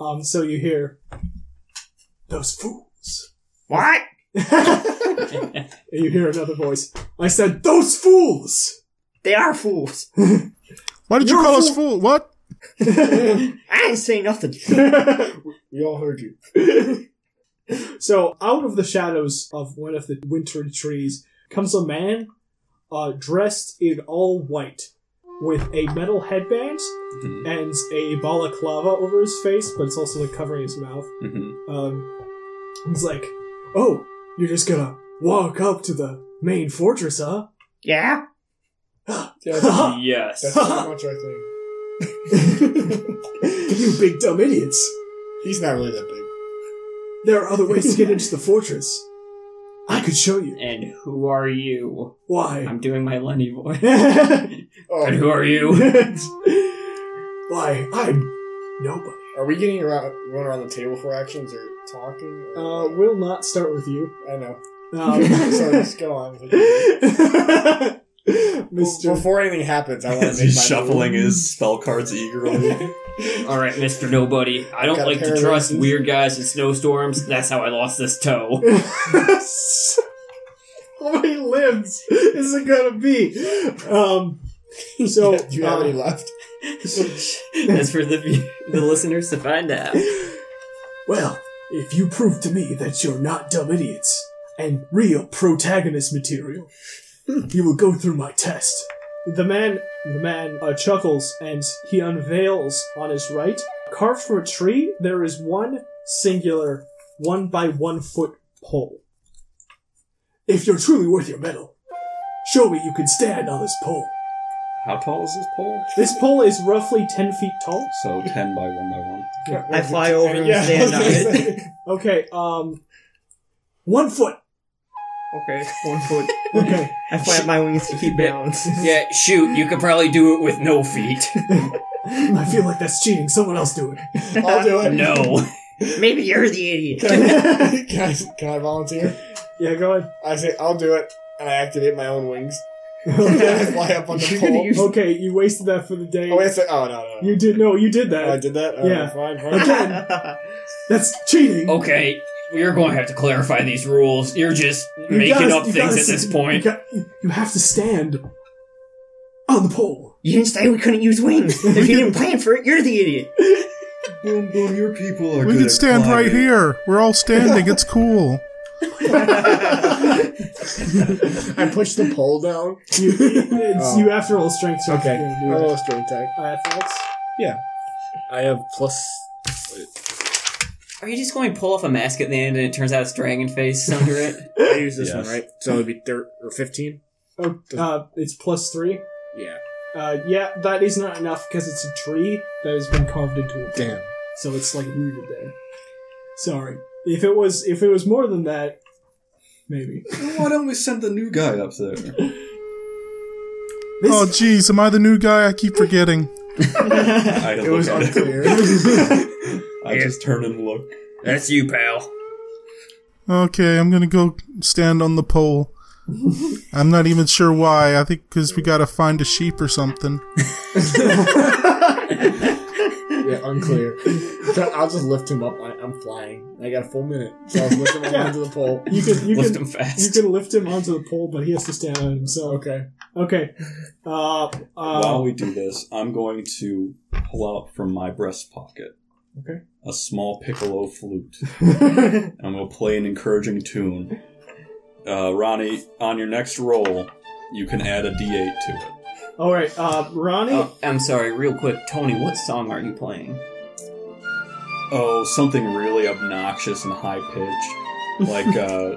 S2: Um, so you hear those fools.
S6: What?
S2: <laughs> and you hear another voice. I said, "Those fools."
S7: They are fools.
S1: Why did you
S7: You're
S1: call
S7: a
S1: us fool? What?
S7: I ain't
S2: <laughs>
S7: say nothing.
S6: We all heard you.
S2: so, out of the shadows of one of the wintry trees comes a man uh, dressed in all white with a metal headband and a balaclava over his face, but it's also like covering his mouth.
S5: Mm-hmm.
S2: Um, he's like, "Oh, you're just gonna walk up to the main fortress, huh?"
S7: Yeah.
S4: <laughs>
S2: <laughs>
S6: <laughs>
S4: Yes.
S2: pretty
S6: much our thing.
S2: you big dumb idiots!
S6: He's not really that big.
S2: There are other ways to
S4: <laughs>
S2: get into the fortress. I could show you.
S4: And who are you?
S2: Why?
S4: I'm doing my Lenny voice. and
S6: Oh,
S4: who are you?
S2: <laughs> Why? I'm nobody.
S6: are we getting around run around the table for actions or talking?
S2: Uh, we'll not start with you. <laughs>
S6: I <laughs> know.
S2: Um, <laughs>
S6: just go <laughs> on.
S2: Mr.
S6: Before anything happens, I want to
S5: <laughs> As
S6: make
S5: he's
S6: my
S5: shuffling his spell cards eagerly.
S2: <laughs>
S4: All right, Mister Nobody. I don't
S6: Got a
S4: like
S6: pair
S4: to
S6: of
S4: trust
S6: lenses.
S4: weird guys in snowstorms. That's how I lost
S2: <laughs>
S4: this toe.
S2: How many limbs is it gonna be? Um, <laughs> so,
S6: <laughs> Do you have
S2: uh,
S6: any <laughs> left?
S4: That's for the the listeners to find out.
S2: well, if you prove to me that you're not dumb idiots and real protagonist material, hmm, you will go through my test. The man, the man uh, chuckles and he unveils on his right, carved from a tree, there is one singular one by one foot pole. If you're truly worth your metal, show me you can stand on this pole.
S5: How tall is this pole?
S2: This pole is roughly 10 feet tall.
S5: So ten by one by one.
S7: I fly over and
S6: Yeah, I
S2: <laughs>
S6: was
S7: stand on
S6: gonna
S7: it.
S2: Okay, um. One foot!
S7: Okay, one foot.
S2: Okay.
S7: I flap my wings to keep balance.
S4: Yeah, shoot. You could probably do it with no feet.
S2: I feel like that's cheating. Someone else do it.
S6: I'll do it.
S4: No.
S7: Maybe you're the idiot.
S6: can, I, can I volunteer?
S2: <laughs> Yeah, go ahead.
S6: I say I'll do it, and I activate my own wings. <laughs>
S2: <laughs>
S6: I
S2: Okay,
S6: fly up on the
S7: You're gonna
S6: pole.
S7: use-
S2: okay, you wasted that for the day.
S6: Oh, wait, so, oh no, no, no.
S2: You did, no, you did
S6: Oh, I
S2: that.
S6: did that. Oh,
S2: Yeah.
S6: fine, fine.
S2: Again, that's cheating.
S4: Okay, you're going to have to clarify these rules. You're just
S2: You
S4: making
S2: gotta-
S4: up
S2: you
S4: things
S2: gotta
S4: at
S2: s-
S4: this
S2: You,
S4: point.
S2: got, you have to stand on the pole.
S7: <laughs> You didn't say we couldn't use wings. If you didn't plan for it, you're the
S2: <laughs>
S7: idiot.
S5: Boom, boom! Your people are.
S1: We
S5: good
S1: can
S5: at
S1: stand right
S5: climbing.
S1: here. We're all standing. It's cool.
S6: <laughs> I push the pole down. <laughs>
S2: You, it's,
S6: Oh.
S2: you have to roll strength check.
S6: Okay,
S2: if
S6: Oh. I
S2: you're gonna do
S6: roll a strength tag.
S2: it. Uh, athletics?
S6: I have plus.
S4: Are you just going to pull off a mask at the end and it turns out it's dragon face under it?
S6: I use this one
S5: Yes.
S6: right, so it'd be thir- or fifteen.
S2: Oh, uh, it's plus three.
S6: Yeah.
S2: Uh, yeah, that is not enough because it's a tree that has been carved into a pole.
S6: Damn.
S2: So it's like rooted there. Sorry. If it was if it was more than that, maybe.
S5: Why don't we send the new guy up there?
S2: This-
S1: Oh, jeez, am I the new guy? I keep forgetting.
S5: <laughs> I
S6: It was
S5: look at him.
S6: unclear.
S5: <laughs> I just turn and look.
S4: <laughs> That's you, pal.
S1: Okay, I'm gonna go stand on the pole. I'm not even sure why. I think because we gotta find a sheep or something.
S6: yeah, unclear. <laughs> So I'll just lift him up. I, I'm flying. I got a full minute, so I'll lift him up
S2: Yeah.
S6: onto the pole.
S2: you can you
S4: <laughs> Lift
S2: can
S4: him
S2: you
S4: fast.
S2: can lift him onto the pole, but he has to stand on it himself.
S6: Okay.
S2: Okay. Uh, uh,
S5: While we do this, I'm going to pull out from my breast pocket
S2: Okay.
S5: a small
S2: <laughs>
S5: piccolo flute. and I'm going to play an encouraging tune. Uh, Ronnie, on your next roll, you can add a d8 to it.
S2: all right, uh, Ronnie.
S4: Oh, I'm sorry, real quick, Tony. What song are you playing?
S5: Oh, something really obnoxious and high pitched. Like,
S2: <laughs>
S5: uh,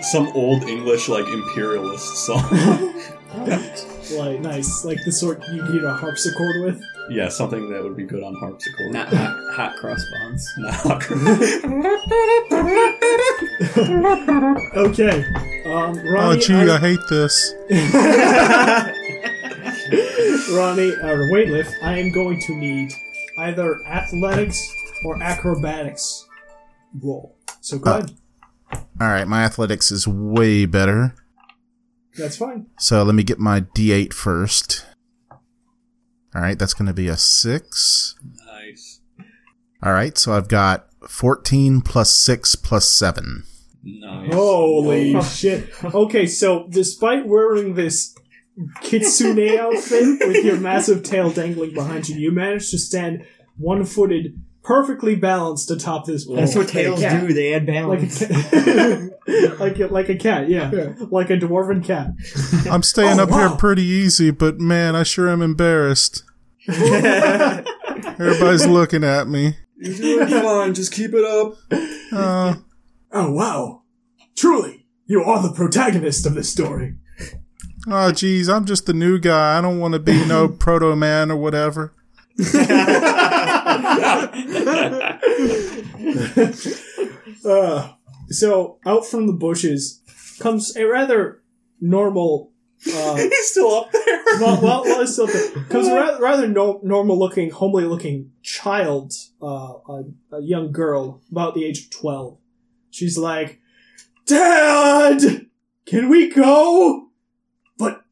S5: some old English, like, imperialist song. <laughs>
S2: like nice, like the sort you would need a harpsichord with.
S5: yeah, something that would be good on harpsichord.
S4: Not hot, hot cross <laughs> buns. <laughs>
S2: Okay, um,
S1: Oh,
S2: Ronnie.
S1: gee,
S2: I-
S1: I hate this.
S2: <laughs> Ronnie or weightlift. uh, I am going to need either athletics or acrobatics roll. So go
S1: Uh.
S2: ahead.
S1: All right, my athletics is way better.
S2: That's fine.
S1: So let me get my D8 first. All right, that's going to be a six.
S5: nice.
S1: All right, so I've got 14 plus six plus seven.
S5: Nice.
S2: Holy shit. Oh, Okay, so despite wearing this kitsune outfit with your massive tail dangling behind you, you managed to stand one footed, perfectly balanced atop this pole.
S7: That's what tails
S2: Like a cat.
S7: do. They add
S2: Like a
S7: balance.
S2: cat. <laughs> like, a, like a cat, yeah.
S6: Yeah.
S2: Like a dwarven cat.
S1: I'm staying
S2: Oh,
S1: up
S2: wow.
S1: here pretty easy, but man, I sure am embarrassed.
S2: <laughs>
S1: Everybody's looking at me.
S5: You're doing fine, just keep it up.
S1: Uh,
S2: Oh, wow. Truly, you are the protagonist of this story.
S1: oh, geez, I'm just the new guy. I don't want to be
S2: <laughs>
S1: no proto man or whatever.
S2: Uh, so, out from the bushes comes a rather normal. Uh,
S5: <laughs> He's still up there.
S2: <laughs>
S5: Uh.
S2: well, well, well, it's still there. comes a rather, rather no, normal-looking, homely-looking child, uh, a, a young girl about the age of twelve. She's like, "Dad, can we go?" But,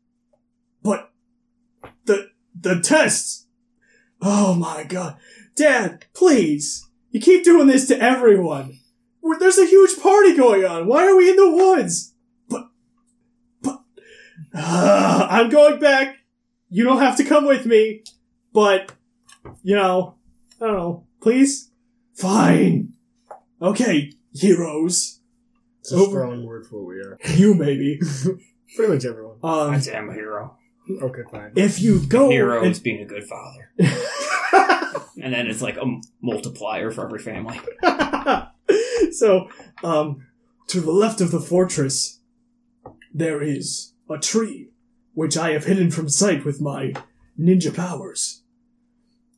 S2: but, the the tests. Oh my god, Dad, please! You keep doing this to everyone. We're- There's a huge party going on. Why are we in the woods? "Ugh, uh, I'm going back. You don't have to come with me, but you know, I don't know. Please, fine. Okay, heroes,
S6: It's a
S2: Over.
S6: strong word for what we are.
S2: you maybe.
S6: Pretty much everyone.
S2: Um,
S4: say I'm a hero.
S6: Okay, fine.
S2: if you go,
S4: Hero is
S2: and-
S4: being a
S2: <laughs>
S4: good father. and then it's like a m- multiplier for every family.
S2: <laughs> so, um, to the left of the fortress, there is a tree, which I have hidden from sight with my ninja powers.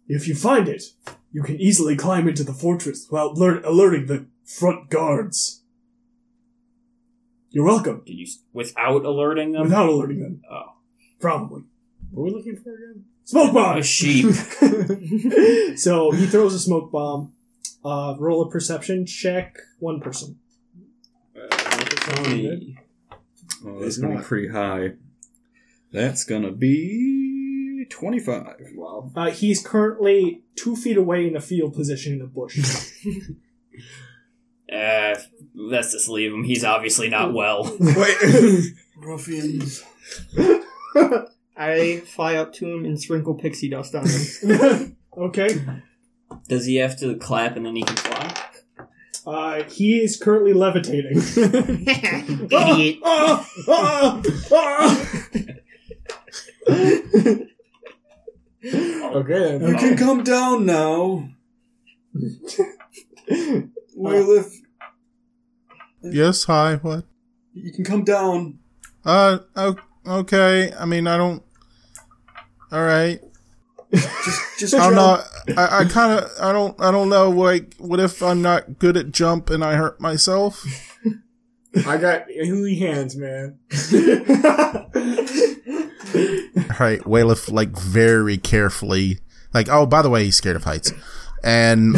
S2: If you find it, you can easily climb into the fortress without alert- alerting the front guards. You're welcome,
S4: Did you s- without alerting them?
S2: without alerting them.
S4: Oh.
S2: Probably.
S6: What are we looking for again?
S2: Smoke bomb!
S4: <laughs> A sheep.
S2: <laughs> so he throws a smoke bomb. Uh, roll a perception check. One person.
S4: Tony.
S5: Oh, that's gonna be pretty high. That's gonna be twenty-five. Wow.
S2: Uh, he's currently two feet away in a field position in a bush.
S4: Uh, let's just leave him. He's obviously not well.
S6: Wait. Ruffians.
S7: I fly up to him and sprinkle pixie dust on him.
S2: <laughs> okay.
S4: Does he have to clap and then he can fly?
S2: Uh, he is currently levitating. <laughs>
S7: Idiot.
S2: Ah, ah, ah.
S6: Okay, then.
S5: You can come down <laughs> now. Waylif,
S1: Yes, hi, what?
S5: you can come down.
S1: Uh, o- okay. I mean, I don't. All right.
S5: Just
S1: I don't
S5: jump.
S1: know. I, I kind of. I don't. I don't know. Like, what if I'm not good at jump and I hurt myself?
S6: I got hooey hands,
S2: <laughs>
S6: man.
S1: All <laughs> right, Waylif like very carefully, like oh by the way, he's scared of heights, and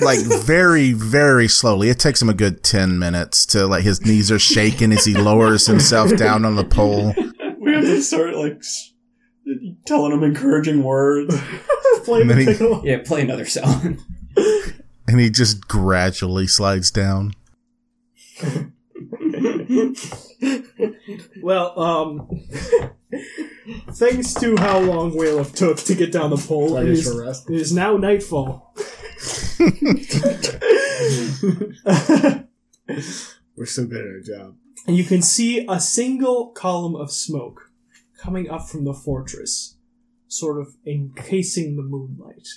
S1: like very very slowly. It takes him a good ten minutes to like his knees are shaking as he lowers himself down on the pole.
S5: We have to start like s- telling him encouraging words.
S2: Play the
S1: Many-
S4: <laughs>
S2: tickle.
S4: Yeah, play another song.
S1: and he just gradually slides down.
S2: Well, um, <laughs> thanks to how long Whalef took to get down the pole, it is, it
S6: rest.
S2: is now nightfall. <laughs>
S6: We're so good at our job.
S2: And you can see a single column of smoke coming up from the fortress, sort of encasing the moonlight.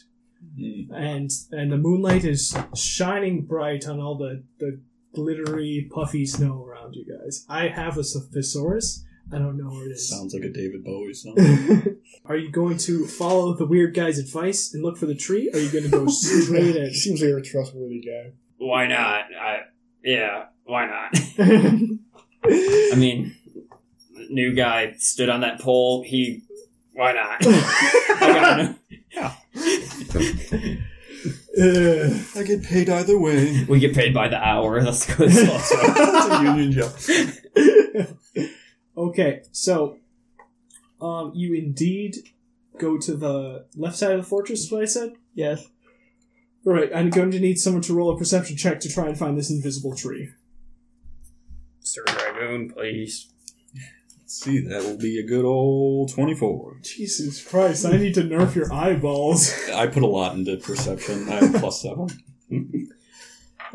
S5: Hmm,
S2: And and the moonlight is shining bright on all the, the glittery, puffy snow around you guys. I have a thesaurus. I don't know where it is.
S5: Sounds like a David Bowie song.
S2: <laughs> Are you going to follow the weird guy's advice and look for the tree? Or are you going to
S6: <laughs>
S2: go straight in?
S6: seems like you're a trustworthy guy.
S4: <laughs> Why not? I yeah, why not?
S2: <laughs>
S4: I mean, new guy stood on that pole. He why <laughs> not? I got him.
S2: Ugh.
S5: <laughs> I get paid either <laughs> way.
S4: we get paid by the hour. Let's <laughs> go. This also.
S5: It's a union job.
S2: okay, so um, you indeed go to the left side of the fortress, is what I said?
S7: Yes.
S2: All right, I'm going to need someone to roll a perception check to try and find this invisible tree.
S4: Sir Dragoon, please.
S5: See, that will be a good old 24.
S2: Jesus Christ, I need to nerf your eyeballs.
S5: I put a lot into perception. I have a plus seven.
S2: <laughs>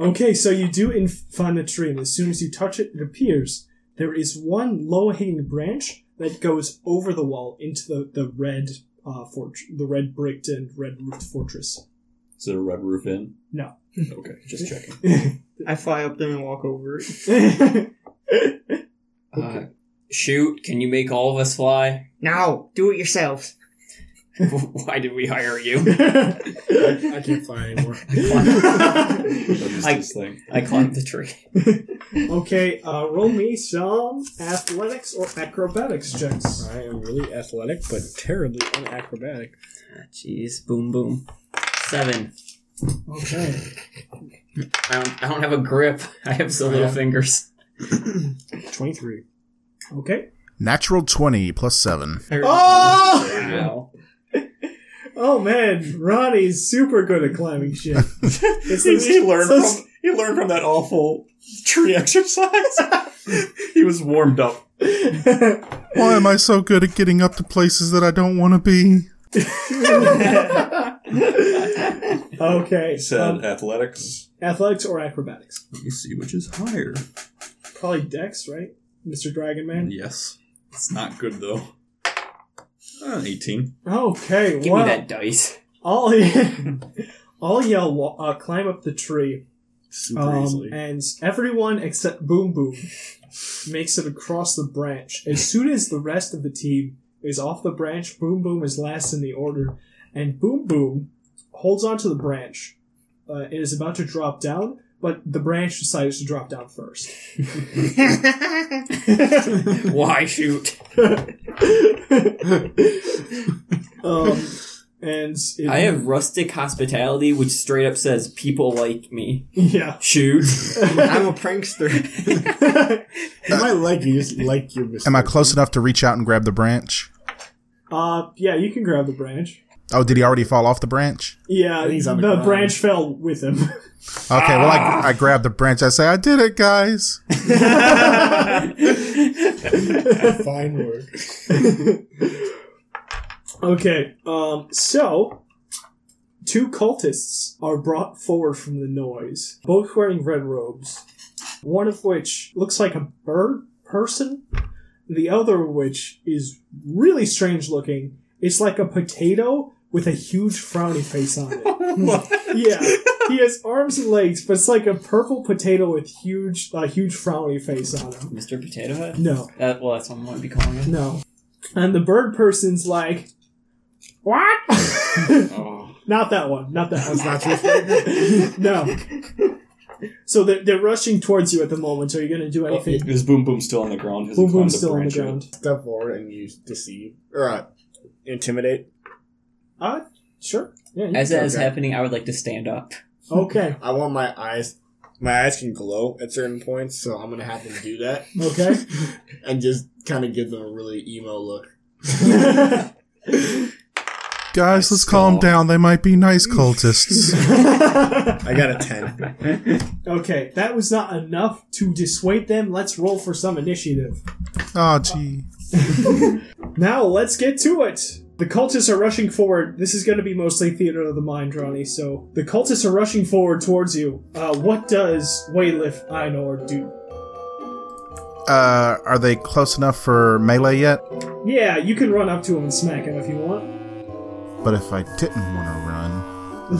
S2: Okay, so you do in- find the tree, and as soon as you touch it, it appears there is one low-hanging branch that goes over the wall into the the red uh, fort- the red bricked and red roofed fortress. <laughs>
S5: Is it a red roof in?
S2: No.
S5: Okay,
S2: <laughs>
S5: just checking.
S7: I fly up there and walk over it.
S4: Uh, shoot, can you make all of us fly? <laughs>
S7: Now, do it yourselves.
S4: Why did we hire you?
S6: I can't fly
S2: <laughs>
S6: anymore.
S5: That's
S4: I-
S5: this thing.
S4: I climbed the tree.
S2: okay, uh, roll me some athletics or acrobatics checks.
S6: I am really athletic, but terribly unacrobatic.
S4: Ah, Jeez, boom, boom. Seven.
S2: Okay,
S4: I don't. I don't have a grip. <laughs> I have so little fingers.
S6: 23.
S2: okay.
S1: Natural 20 plus 7.
S2: Oh,
S4: Wow.
S2: oh man, Ronnie's super good at climbing <laughs> shit. It's those-
S5: he learned
S2: those-
S5: from he learned from that awful tree <laughs> exercise.
S2: <laughs>
S5: he was warmed up.
S1: Why am I so good at getting up to places that I don't want to be?
S2: okay,
S5: He said
S2: um,
S5: athletics.
S2: athletics or acrobatics.
S5: Let me see which is higher.
S2: Probably Dex, right? Mr. Dragon Man.
S5: Yes. It's not good though. Uh, 18.
S2: Okay,
S4: Give
S2: wow.
S4: me that dice.
S2: All, <laughs> all y'all wa- uh, climb up the tree,
S6: Super
S2: um,
S6: easily.
S2: and everyone except Boom Boom makes it across the branch. As soon as the rest of the team is off the branch, Boom Boom is last in the order, and Boom Boom holds onto the branch uh, and is about to drop down, but the branch decides to drop down first.
S4: Why shoot? <laughs>
S2: Um, and it,
S4: I have rustic hospitality, which straight up says people like me.
S2: <laughs> yeah.
S6: <laughs>
S4: Shoot.
S7: I'm a prankster.
S6: you might like you just like your mistake.
S1: Am I close enough to reach out and grab the branch?
S2: Uh, yeah, you can grab the branch.
S1: Oh, did he already fall off the branch?
S2: Yeah,
S6: he's
S2: the,
S6: on the ground.
S2: branch fell with him. <laughs>
S1: Okay, well, I, I grab the branch. I say, I did it, guys.
S6: Fine work.
S2: okay, um, so two cultists are brought forward from the noise, both wearing red robes. One of which looks like a bird person, the other which is really strange looking. It's like a potato with a huge frowny face on
S6: <laughs>
S2: it.
S6: Oh
S2: <laughs> Yeah, he has arms and legs, but it's like a purple potato with huge, a huge frowny face on him.
S4: Mr. Potato Head?
S2: No,
S4: That, well, that's what I'm going to be calling him.
S2: no. And the bird person's like, what? <laughs>
S6: Oh.
S2: not that one. Not that one.
S6: That's not your
S2: <laughs>
S6: favorite.
S2: no. So they're, they're rushing towards you at the moment. Are you going to do anything?
S5: Is Boom Boom still on the ground? Has he
S2: Boom
S5: climbed
S2: Boom's
S5: a
S2: still on the
S5: branch yet?
S2: ground.
S6: Step forward and use deceive or uh, intimidate.
S2: Uh, sure. Yeah, you-
S8: As that is
S6: Okay.
S8: happening, I would like to stand up.
S2: okay.
S6: I want my eyes. My eyes can glow at certain points, so I'm gonna have them do that
S2: Okay. <laughs>
S6: and just kind of give them a really emo look.
S1: Guys, let's calm down. They might be nice cultists. <laughs>
S6: I got a ten.
S2: okay, that was not enough to dissuade them. Let's roll for some initiative.
S1: Ah, gee.
S2: Now, let's get to it. The cultists are rushing forward. This is going to be mostly theater of the mind, Ronnie. So the cultists are rushing forward towards you. Uh, what does Waylif Einor do?
S1: Uh, are they close enough for melee yet?
S2: Yeah, you can run up to him and smack him if you want.
S1: But if I didn't want to run,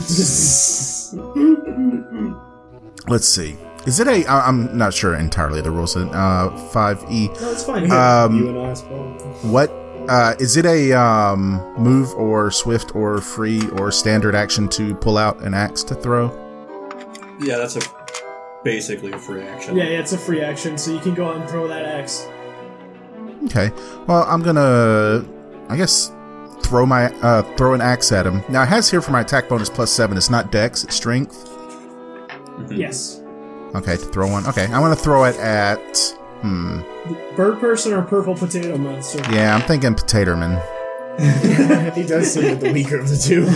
S1: let's see. Is it a? I- I'm not sure entirely the rules. in, Uh, five E.
S2: no, it's fine.
S6: you
S1: Um,
S6: and I spawn.
S1: what? Uh, is it a um move or swift or free or standard action to pull out an axe to throw?
S5: Yeah, that's a basically a free action.
S2: yeah, yeah, it's a free action, so you can go out and throw that axe.
S1: Okay. Well, I'm gonna, I guess, throw my uh throw an axe at him. Now it has here for my attack bonus plus seven. It's not dex. It's strength.
S2: Yes.
S1: Okay, to throw one. Okay, I'm gonna throw it at. Hmm.
S2: Bird person or purple potato monster?
S1: Yeah, I'm thinking potato man.
S6: he does seem the weaker of the two.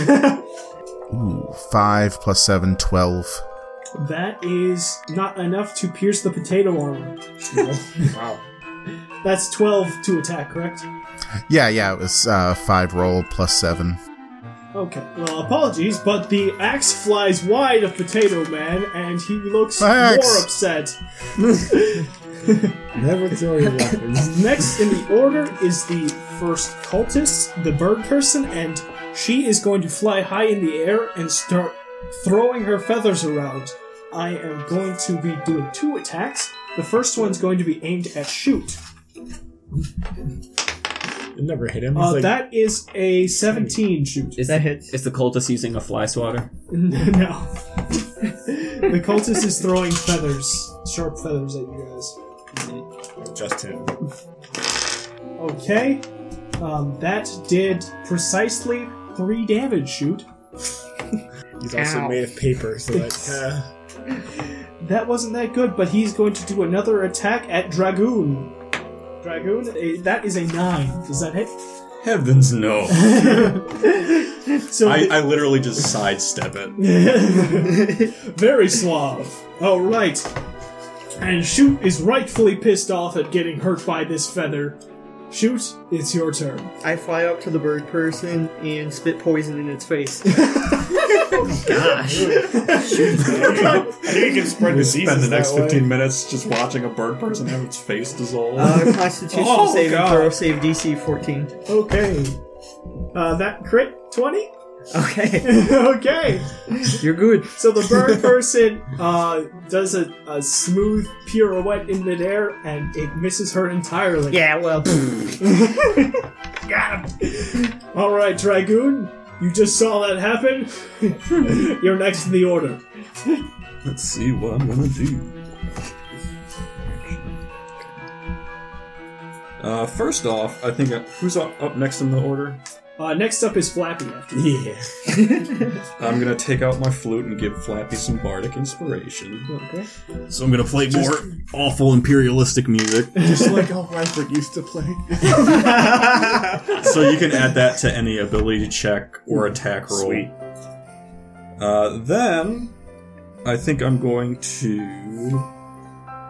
S1: Ooh, five plus seven, twelve.
S2: That is not enough to pierce the potato armor.
S6: wow.
S2: That's 12 to attack, correct?
S1: Yeah, yeah, it was uh, five roll plus seven.
S2: Okay. Well, apologies, but the axe flies wide of Potato Man, and he looks
S1: My axe.
S2: more upset.
S6: Never throw your weapons.
S2: Next in the order is the first cultist, the bird person, and she is going to fly high in the air and start throwing her feathers around. I am going to be doing two attacks. The first one's going to be aimed at shoot.
S6: <laughs> It never hit him. He's
S2: Uh,
S6: like,
S2: that is a 17 shoot. <laughs>
S8: Is
S7: That hits.
S8: Is the cultist using a fly swatter?
S2: no. <laughs> the cultist is throwing feathers, sharp feathers at you guys.
S6: just him.
S2: Okay. Um, that did precisely three damage, shoot.
S6: He's also
S7: Ow.
S6: made of paper, so <laughs> that uh,
S2: That wasn't that good, but he's going to do another attack at Dragoon. Dragoon, eh, that is a nine. Does that hit?
S5: Heavens no.
S2: <laughs> So
S5: I, I literally just sidestep
S2: <laughs>
S5: it.
S2: Very suave. All right. And Shoot is rightfully pissed off at getting hurt by this feather. Shoot, it's your turn.
S7: I fly up to the bird person and spit poison in its <laughs>
S8: <laughs>
S7: face.
S4: Gosh.
S6: I think you can spread
S5: <laughs> We spend the
S6: diseases
S5: next
S6: that way.
S5: 15 minutes just watching a bird person have its face dissolve.
S2: Um,
S7: Uh, constitutional
S2: Oh,
S7: saving
S2: God.
S7: throw, save DC 14.
S2: Okay. Uh, that crit 20?
S7: Okay,
S2: <laughs> okay.
S7: <laughs> you're good.
S2: So the bird person uh, does a, a smooth pirouette in midair and it misses her entirely.
S7: Yeah, well,
S2: <laughs> All right, Dragoon, you just saw that happen. <laughs> You're next in the order.
S5: Let's see what I'm gonna do. Uh, first off, I think I, who's up, up next in the order?
S2: Uh, next up is Flappy. After
S6: Yeah.
S5: I'm gonna take out my flute and give Flappy some bardic inspiration.
S2: okay.
S7: <laughs>
S5: So I'm gonna play more awful imperialistic music.
S6: Just like how Reinford used to play.
S5: so you can add that to any ability check or attack roll.
S6: Sweet.
S5: Uh, then I think I'm going to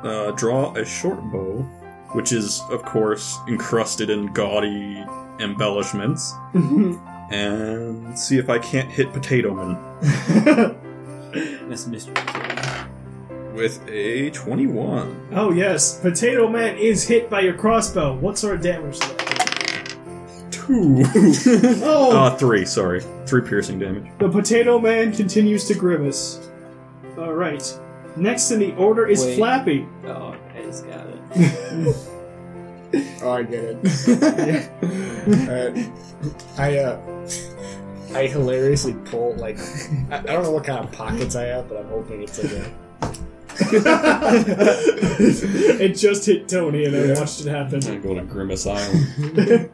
S5: uh, draw a short bow, which is, of course, encrusted in gaudy embellishments, Mm-hmm. and see if I can't hit Potato Man
S8: That's Mr.
S5: with a 21.
S2: <laughs> Oh yes, Potato Man is hit by your crossbow. What sort of damage? is that?
S5: Two.
S2: Oh,
S5: uh, three, sorry. Three piercing damage.
S2: the Potato Man continues to grimace. All right. Next in the order is
S8: Wait.
S2: Flappy.
S8: Oh, I just got it.
S6: Oh, I get <laughs> it. Alright. I uh, I hilariously pull like I, I don't know what kind of pockets I have, but I'm hoping it's like a
S2: <laughs> it just hit Tony, and I watched it happen.
S5: I go to Grimace Island.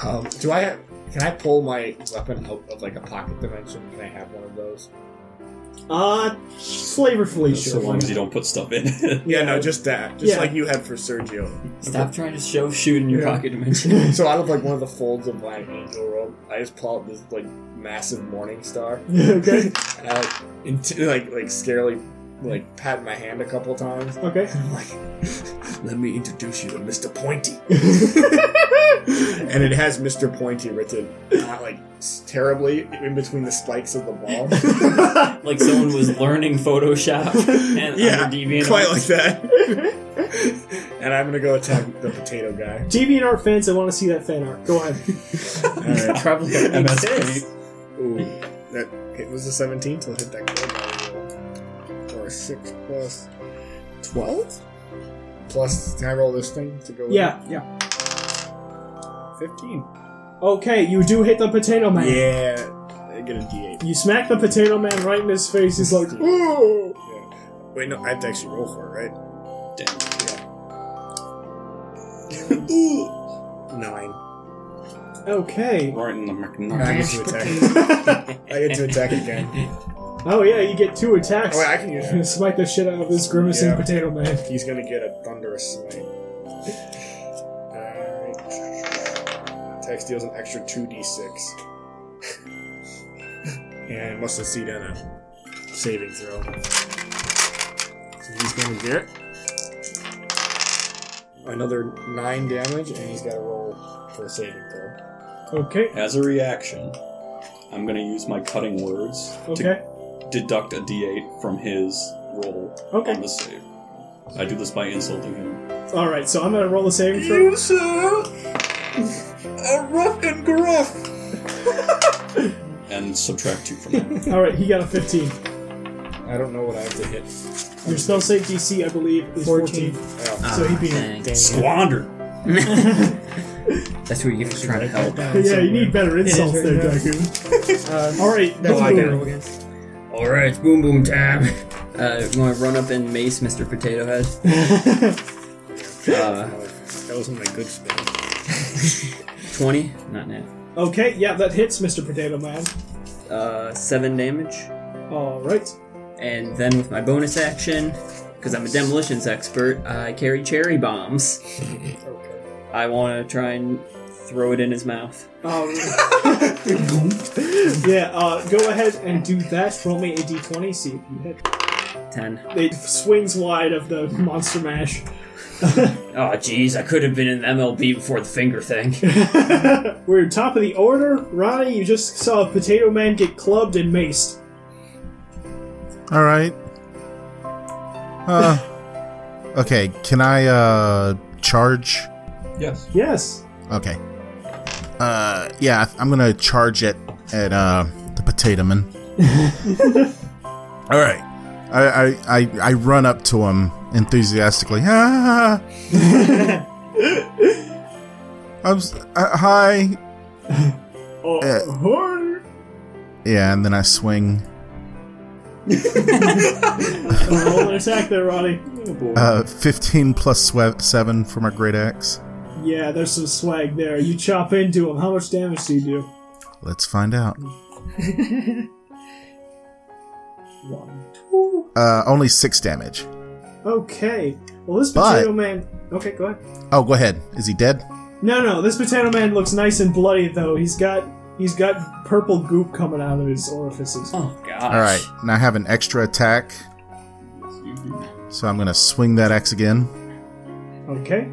S6: Um, do I have? Can I pull my weapon out of like a pocket dimension? Can I have one of those?
S2: <laughs> Uh, flavorfully
S5: so
S2: sure.
S5: long as you don't put stuff in it.
S6: Yeah, no, just that, just
S2: Yeah.
S6: like you had for Sergio.
S8: Stop trying to show shoot in your
S6: Yeah.
S8: pocket dimension.
S6: <laughs> So out of like one of the folds of my angel robe, I just pull out this like massive morning
S2: <laughs>
S6: star,
S2: okay.
S6: and I like, int- like like scarily like pat my hand a couple times.
S2: Okay. <laughs>
S6: I'm like, <laughs> let me introduce you to Mr. Pointy. and it has Mr. Pointy written, not like s- terribly in between the spikes of the ball.
S8: like someone was learning
S6: <laughs>
S8: Photoshop and
S6: Yeah,
S8: yeah, under Deviant.
S6: Quite like that. <laughs> and I'm gonna go attack the
S2: <laughs>
S6: potato guy.
S2: DeviantArt fans, I want to see that fan art. Go ahead.
S6: Alright.
S8: Probably doesn't
S5: MS
S8: exist.
S6: Ooh. That it was a 17 to hit that gold guy roll. Or a six plus twelve? Plus can I roll this thing to go with
S2: Yeah. Yeah.
S6: it? fifteen.
S2: Okay, you do hit the potato man.
S6: Yeah. I get a D eight.
S2: You smack the potato man right in his face. He's
S6: <laughs>
S2: like, "Ooh!"
S6: Yeah. Wait, no, I have to actually roll for it, right? <laughs> Damn. Nine.
S2: Okay.
S5: Right in the
S6: I
S5: McNuggets.
S6: get to attack. <laughs> I get to attack again.
S2: Oh yeah, you get two attacks.
S6: Oh, wait, I can use
S2: You're gonna <laughs> smite the shit out of this grimacing
S6: Yeah.
S2: potato man.
S6: He's gonna get a thunderous smite. Alright. Attack deals an extra 2d6. <laughs> and must succeed on a saving throw. So he's gonna get another 9 damage, and he's gotta roll for a saving throw.
S2: Okay.
S5: As a reaction, I'm going to use my cutting words to
S2: Okay.
S5: deduct a d8 from his roll
S2: Okay.
S6: <laughs>
S5: on the save. I do this by insulting him.
S2: All right. So I'm gonna roll a saving throw.
S5: sir, a rough and gruff. and subtract two from <laughs> that.
S2: All right. He got a 15.
S6: I don't know what I have to hit.
S2: Your spell save DC, I believe, is 14.
S6: Oh,
S2: So he
S7: Ah,
S2: beat it.
S4: Dang.
S5: Squandered.
S4: That's what you get for trying to help.
S2: Yeah, you need better insults
S7: right
S2: there,
S7: now.
S2: Dragoon. <laughs>
S7: Uh, <laughs>
S2: All right. Boom
S7: that's what I
S2: Boom.
S7: roll against.
S4: All right, it's boom boom time. Uh, want to run up and mace Mr. Potato Head? Uh,
S6: That wasn't my good spell.
S4: Twenty, not net.
S2: Okay. Yeah, that hits, Mr. Potato Man.
S4: Uh, seven damage,
S2: All right.
S4: and then with my bonus action, because I'm a demolitions expert, I carry cherry <laughs> bombs. I want to try and throw it in his mouth.
S7: <laughs>
S2: Um, yeah. Uh, go ahead and do that. Roll me a d20. See if you hit.
S4: Ten.
S2: It swings wide of the monster mash.
S4: Oh, jeez, I could have been in MLB before the finger <laughs> thing.
S2: We're top of the order. Ronnie, you just saw a potato man get clubbed and maced.
S1: All right. Uh, <laughs> okay. Can I uh charge?
S5: Yes.
S2: Yes.
S1: Okay. Uh, yeah, I'm gonna charge it at uh the potato <laughs> man. All right. I, I, I, I run up to him enthusiastically. Ah! <laughs> I'm s- uh, hi.
S2: Oh,
S1: Uh,
S2: horn.
S1: Yeah, and then I swing
S2: Roll an attack there, Ronnie.
S1: uh 15 plus swe- seven for my great axe.
S2: Yeah, there's some swag there. You chop into him. How much damage do you do?
S1: Let's find out. Uh, only six damage.
S2: Okay. Well, this
S1: But-
S2: potato man. Okay, go ahead.
S1: Oh, go ahead. Is he dead?
S2: No, no, this potato man looks nice and bloody though. He's got he's got purple goop coming out of his orifices.
S8: Oh gosh.
S1: All
S4: <laughs>
S1: right, and I have an extra attack, so I'm gonna swing that axe again.
S2: Okay.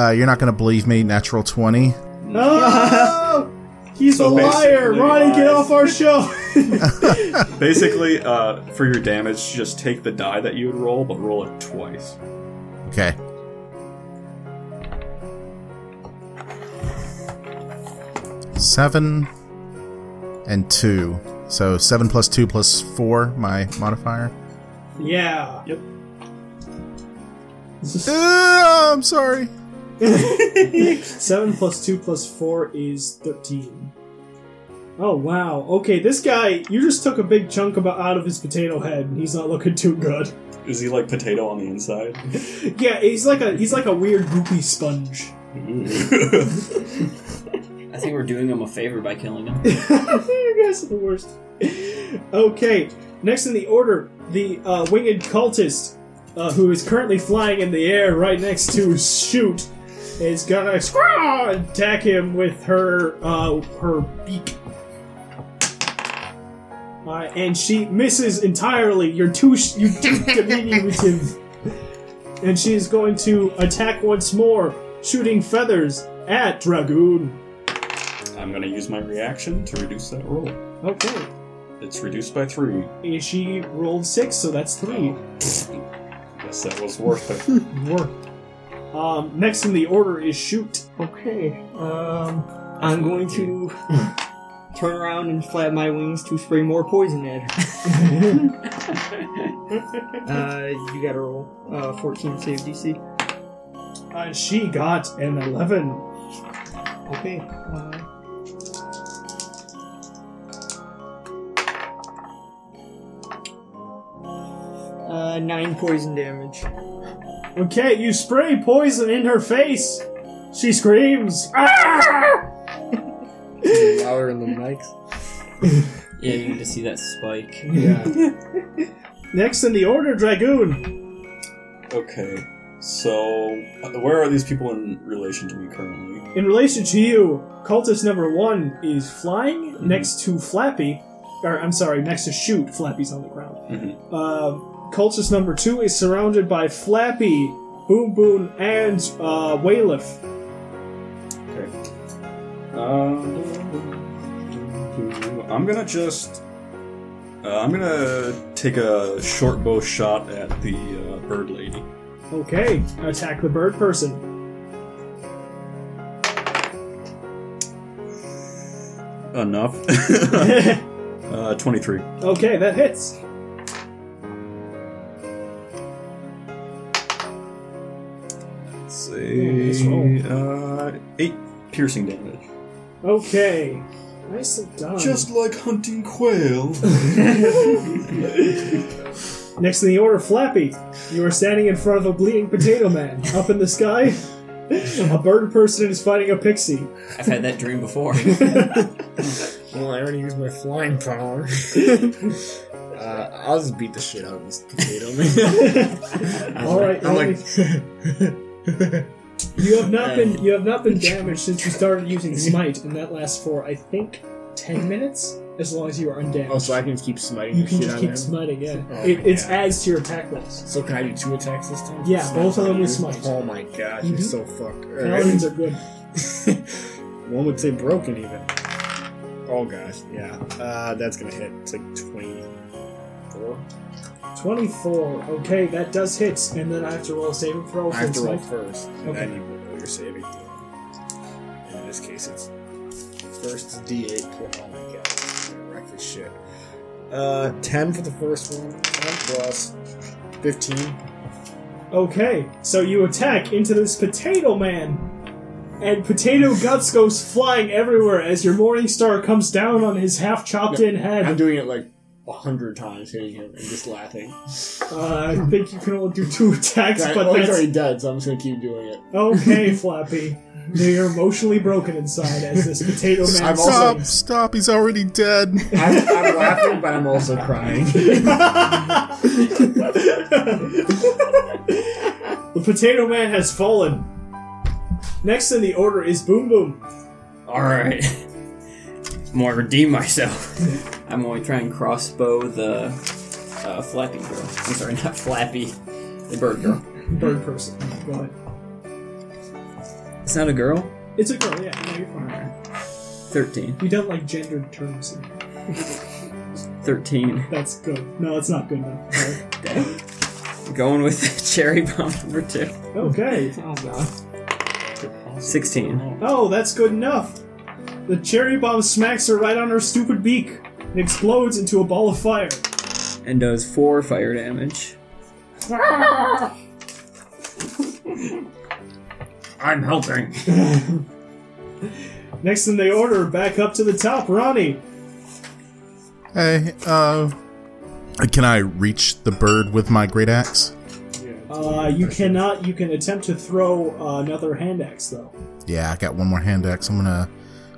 S1: Uh, you're not gonna believe me. Natural twenty.
S2: Oh, he's a
S5: So
S2: liar.
S5: basically
S2: Ronnie, get off
S5: lies.
S2: our
S5: <laughs>
S2: show.
S5: Basically, uh, for your damage, just take the die that you would roll, but roll it twice.
S1: Okay. Seven and two. So seven plus two plus four, my modifier.
S2: yeah. Yep.
S1: Ah, I'm sorry.
S2: Seven plus two plus four is thirteen. Oh wow. Okay, this guy, you just took a big chunk of, out of his potato head, and he's not looking too good.
S5: Is he like potato on the inside?
S2: Yeah, he's like a he's like a weird goopy sponge.
S8: I think we're doing him a favor by killing him.
S2: you guys are the worst. Okay, next in the order, the uh, winged cultist, uh, who is currently flying in the air right next to Shoot, is gonna squaw, attack him with her uh, her beak. Uh, and she misses entirely. You're too sh- you're too diminutive. And she is going to attack once more, shooting feathers at Dragoon.
S5: I'm gonna use my reaction to reduce that roll.
S2: Okay.
S5: It's reduced by three.
S2: And she rolled six, so that's three.
S5: Guess that was worth
S2: <laughs>
S5: it.
S2: Work. Um, next in the order is shoot.
S7: Okay. Um, I'm going to turn around and flap my wings to spray more poison at her. <laughs> uh, you gotta roll uh, 14 save DC.
S2: Uh, she got an 11.
S7: Okay. Uh, uh, nine poison damage.
S2: Okay, you spray poison in her face. She screams. "Ah!"
S6: Louder in the mics.
S8: <laughs> Yeah, you need to see that spike.
S6: Yeah.
S2: Next in the order, Dragoon.
S5: okay, so uh, where are these people in relation to me currently?
S2: In relation to you, cultist number one is flying next to Flappy. Or, I'm sorry, next to shoot. Flappy's on the ground.
S5: Mhm.
S2: Uh, cultist number two is surrounded by Flappy, Boom Boom, and uh, Waylif.
S5: Um, I'm gonna just. Uh, I'm gonna take a short bow shot at the uh, bird lady.
S2: Okay, attack the bird person.
S5: Enough. <laughs> uh, 23.
S2: Okay, that hits.
S5: Let's
S2: Oh, nice
S5: see. Uh, 8 piercing damage.
S2: Okay. Nicely done.
S5: Just like
S2: <laughs>
S5: hunting quail.
S2: Next in the order, Flappy. You are standing in front of a bleeding potato man up in the sky. A bird person is fighting a pixie.
S8: I've had that dream before. <laughs>
S6: well, I already used my flying
S2: <laughs>
S6: power. uh, I'll just beat the shit out of this potato man.
S2: <laughs>
S6: I'm
S2: All right,
S6: like- I'm like,
S2: You have not been you have not been damaged since you started using smite, and that lasts for I think ten minutes, as long as you are undamaged.
S6: oh, so I can just keep smiting
S2: you
S6: the
S2: can
S6: shit
S2: just
S6: out of
S2: keep
S6: him.
S2: smiting. Yeah,
S6: Oh
S2: it
S6: my
S2: it's
S6: God.
S2: adds to your attack rolls.
S6: so can I do two attacks this time?
S2: Yeah, both of them with
S6: Smite.
S2: smite.
S6: Oh my god, you're
S2: Mhm.
S6: so fucked. All right.
S2: Paladins are good.
S6: <laughs> One would say broken even. Oh gosh, yeah. Uh, that's gonna hit. It's like twenty-four.
S2: 24. Okay, that does hit. And then I have to roll a saving throw
S6: I
S2: for
S6: have to roll
S2: smite.
S6: first, and
S2: Okay.
S6: then you roll your saving throw. And in this case, it's first is D8. pl- Oh my god, this is gonna wreck this shit. Uh, ten for the first one. Ten plus fifteen.
S2: Okay, so you attack into this potato man. And potato guts goes flying everywhere as your morning star comes down on his half chopped in
S6: I'm
S2: head.
S6: doing it like a hundred times, hitting him and just <laughs> laughing.
S2: Uh, I think you can only do two attacks,
S6: Guy-
S2: but
S6: oh, he's
S2: that's
S6: already dead, so I'm just gonna keep doing it.
S2: okay, Flappy. Now You're emotionally broken inside as this potato man.
S6: <laughs> I'm also-
S1: Stop!
S2: sings.
S1: Stop! He's already dead.
S6: <laughs>
S1: <laughs>
S6: I'm, I'm laughing, but I'm <laughs> also crying.
S2: the potato man has fallen. Next in the order is Boom Boom.
S8: Alright. I'm gonna redeem myself. I'm going to try and crossbow the uh, Flappy girl. I'm sorry, not Flappy. The bird girl.
S2: Bird person. Go ahead.
S8: It's not a girl?
S2: It's a girl, yeah. No, you're fine.
S8: 13.
S2: We don't like gendered terms. here.
S8: 13.
S2: That's good. No, that's not good enough. Alright.
S8: Going with <laughs> cherry bomb number 2.
S2: Okay.
S7: Oh god.
S8: 16.
S2: Oh, that's good enough. The cherry bomb smacks her right on her stupid beak and explodes into a ball of fire.
S8: And does 4 fire damage. I'm helping.
S2: Next in the order, back up to the top, Ronnie.
S1: Hey, uh, can I reach the bird with my great axe?
S2: Uh, you cannot. You can attempt to throw uh, another hand axe though. <laughs>
S1: Yeah, I got one more hand axe. I'm gonna,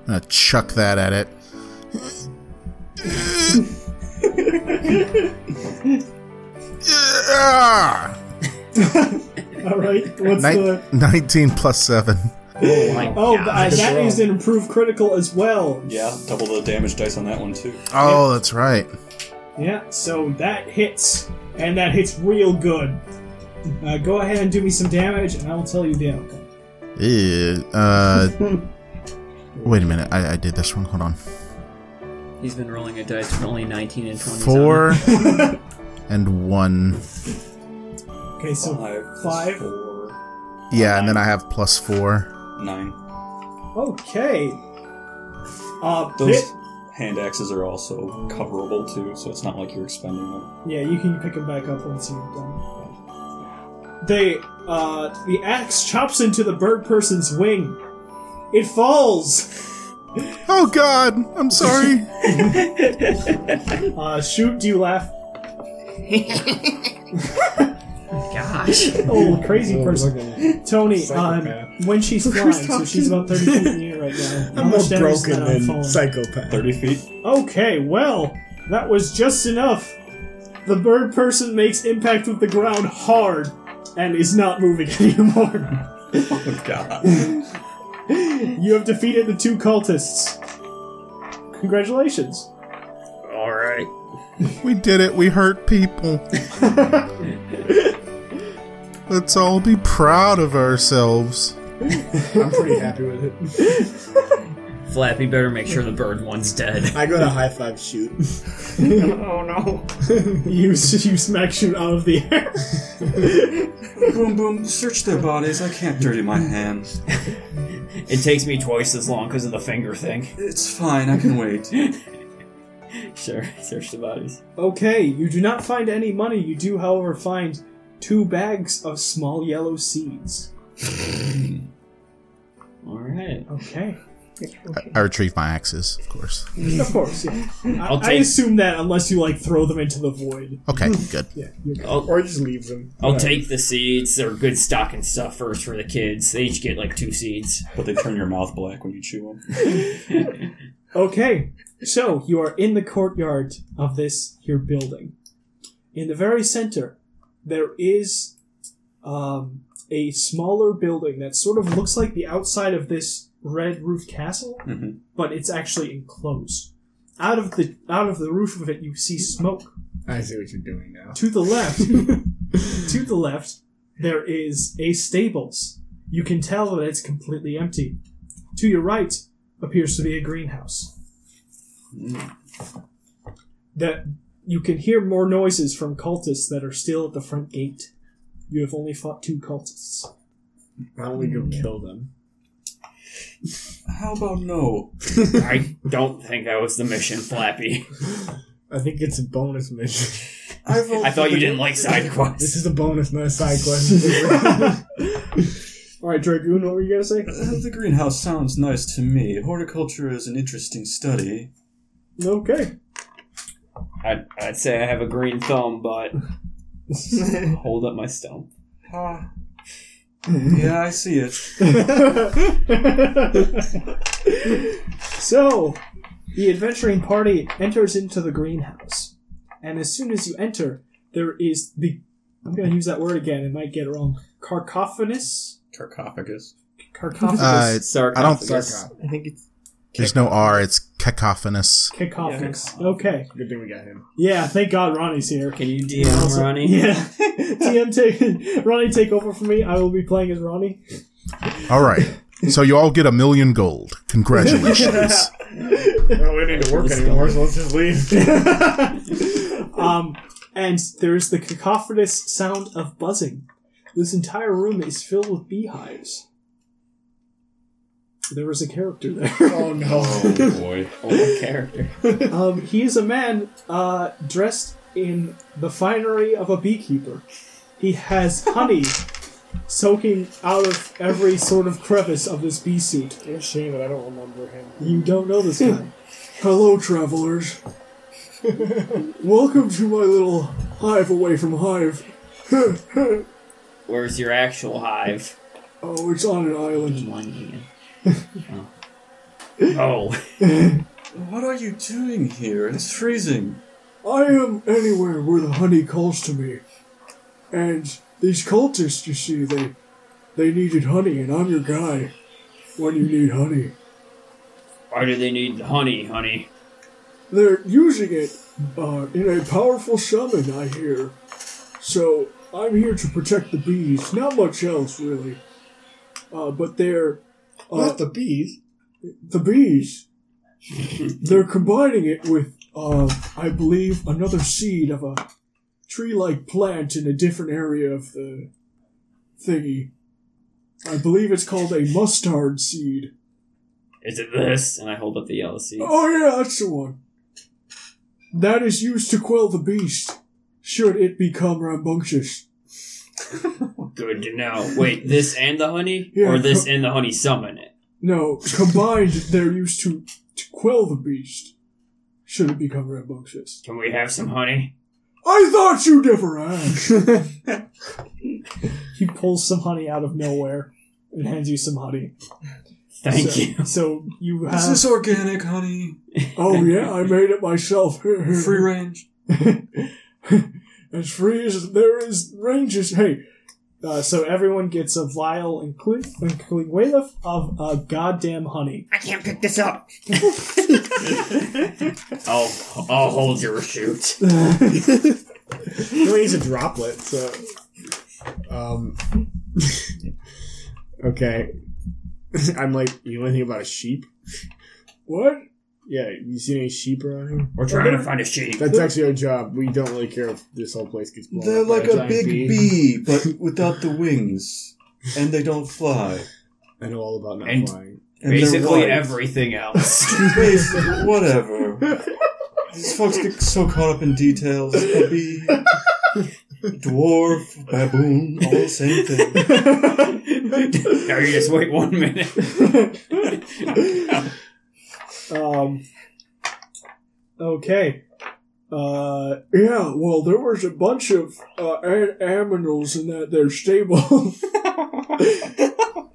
S1: I'm gonna chuck that at <laughs> it. Yeah!
S2: All right. What's
S1: Nin-
S2: the?
S1: 19 plus 7.
S2: Oh, uh, that is an improved critical as well.
S5: Yeah, double the damage dice on that one too.
S1: Oh, that's right.
S2: Yeah. So that hits, and that hits real good. Uh, go ahead and do me some damage, and I will tell you the outcome.
S1: Ew, <laughs> Uh, wait a minute. I, I did this wrong. Hold on.
S8: He's been rolling a dice for only 19 and 20.
S1: Four <laughs> and one.
S2: Okay, so
S5: Five,
S2: Five.
S5: four,
S1: Yeah, and then I have plus four.
S5: nine.
S2: okay. Uh,
S5: Those
S2: thi-
S5: hand axes are also coverable too, so it's not like you're expending them.
S2: Yeah, you can pick them back up once you're done. They, uh, the axe chops into the bird person's wing. It falls.
S1: Oh God, I'm
S2: <laughs>
S1: sorry.
S2: Uh, shoot, do you laugh? <laughs>
S8: Gosh.
S2: Oh, crazy person. Tony, um,
S6: Psychopath.
S2: when she's flying, so she's about 30 feet in the air right now. How
S6: <laughs> I'm more
S2: much damage is
S6: broken
S2: that on
S6: than
S2: falling?
S6: psychopath.
S5: Thirty feet.
S2: Okay, well, that was just enough. The bird person makes impact with the ground hard and is not moving <laughs> anymore.
S5: Oh god.
S2: You have defeated the two cultists. Congratulations.
S4: All right.
S1: we did it. We hurt people. Let's all be proud of ourselves.
S6: <laughs> I'm pretty happy with it.
S4: Flappy better make sure the bird one's dead.
S6: I go to high five shoot.
S7: Oh no.
S2: <laughs> You, you smack shoot out of the air.
S5: boom boom. Search their bodies. I can't dirty my hands.
S4: <laughs> It takes me twice as long because of the finger thing.
S5: It's fine. I can wait.
S8: Sure, search the bodies.
S2: Okay, you do not find any money. You do, however, find two bags of small yellow seeds.
S8: Alright.
S6: <laughs>
S2: Okay.
S1: I, I retrieve my axes, of course.
S2: Of course, yeah. I,
S4: I'll
S2: I
S4: take-
S2: assume that unless you, like, throw them into the void. <laughs>
S1: Okay, good.
S2: Yeah, you're good.
S4: I'll,
S6: Or he just leaves him.
S4: I'll take the seeds. They're good stocking stuffers for the kids. They each get like two seeds.
S5: But they turn your mouth black when you chew them.
S2: Okay, so you are in the courtyard of this here building. In the very center, there is um, a smaller building that sort of looks like the outside of this red roof castle,
S5: Mhm.
S2: but it's actually enclosed. Out of the out of the roof of it, you see smoke.
S6: I see what you're doing now.
S2: To the left, <laughs> to the left, there is a stables. You can tell that it's completely empty. To your right appears to be a greenhouse. That you can hear more noises from cultists that are still at the front gate. You have only fought two cultists.
S6: Why don't we go kill them?
S5: Hmm. How about no?
S4: I don't think that was the mission, Flappy.
S6: I think it's a bonus mission.
S5: I,
S4: I thought you didn't like side
S6: this
S4: quests.
S6: is a bonus, not a side
S2: <laughs>
S6: question.
S2: All right, Dragoon, what were you gonna say?
S5: Uh, The greenhouse sounds nice to me. Horticulture is an interesting study.
S2: Okay.
S8: I'd, I'd say I have a green thumb,
S1: <laughs>
S8: but hold up my stump.
S5: Ah. yeah, I see it.
S2: <laughs> so, the adventuring party enters into the greenhouse, and as soon as you enter, there is the. I'm gonna use that word again. It might get it wrong. Carcophanus.
S5: Sarcophagus.
S2: Carcophanus.
S1: Uh, I don't.
S7: I think it's
S1: There's no R. It's cacophonous.
S2: Cacophonous. Okay.
S6: Good thing we got him.
S2: Yeah, thank God Ronnie's here.
S8: Can you DM Ronnie?
S2: Yeah. <laughs> TM, take, Ronnie, take over for me. I will be playing as Ronnie.
S1: All
S2: <laughs>
S1: right. So you all get a million gold. Congratulations.
S6: Well, we don't need to work anymore, so let's just leave.
S2: um, and there's the cacophonous sound of buzzing. This entire room is filled with beehives. There is a character
S6: <laughs>
S2: there.
S6: Oh no.
S5: Oh boy.
S8: Old character.
S2: um, he is a man uh, dressed in the finery of a beekeeper. He has honey soaking out of every sort of crevice of this bee suit.
S6: It's a shame that I don't remember him.
S2: You don't know this guy. Hello, travelers. Welcome to my little hive away from hive.
S4: Where's your actual hive?
S2: Oh, it's on an island.
S4: One hand. <laughs> Oh.
S5: What are you doing here? It's freezing.
S2: I am anywhere where the honey calls to me. And these cultists, you see, they they needed honey, and I'm your guy when you need honey.
S4: Why do they need honey, honey?
S2: They're using it uh, in a powerful summon, I hear. So I'm here to protect the bees. Not much else, really. Uh, but they're uh,
S6: Not the bees.
S2: the bees. They're combining it with, uh, I believe, another seed of a tree-like plant in a different area of the thingy. I believe it's called a mustard seed.
S4: Is it this? And I hold up the yellow seed.
S2: Oh yeah, that's the one. That is used to quell the beast, should it become rambunctious.
S4: Good to know. Wait, this and the honey?
S2: Yeah,
S4: or this
S2: co-
S4: and the honey summon it?
S2: No, combined, <laughs> they're used to, to quell the beast, should it become rambunctious.
S4: Can we have some honey?
S2: I thought you never asked. he pulls some honey out of nowhere and hands you some honey.
S4: Thank
S2: so,
S4: you. <laughs>
S2: So you have.
S5: Is this organic honey?
S2: oh yeah, I made it myself. <laughs>
S5: Free range?
S2: as free as there is ranges. Hey. Uh, so everyone gets a vial, including including Wayleth, of uh, goddamn
S4: <laughs>
S2: honey.
S7: I can't pick this up.
S4: I'll, I'll hold your shoot.
S6: He only needs a droplet, so. Um. <laughs> okay. I'm like, you know anything about a sheep?
S2: What?
S6: Yeah, you seen any sheep around here?
S4: We're trying to find a sheep.
S6: That's actually our job. We don't really care if this whole place gets blown
S5: They're
S6: up by
S5: like a
S6: giant
S5: big
S6: bee.
S5: bee, but <laughs> without the wings. And they don't fly.
S6: I know all about not
S4: And-
S6: flying.
S5: And they're
S4: Basically
S5: white.
S4: everything else.
S5: Basically, whatever. These folks get so caught up in details. A bee, dwarf, baboon, all the same thing.
S4: now you just wait one minute.
S2: <laughs>
S5: <laughs>
S2: Um. Okay. Uh, yeah, well, there was a bunch of uh, a- aminals in that their stable.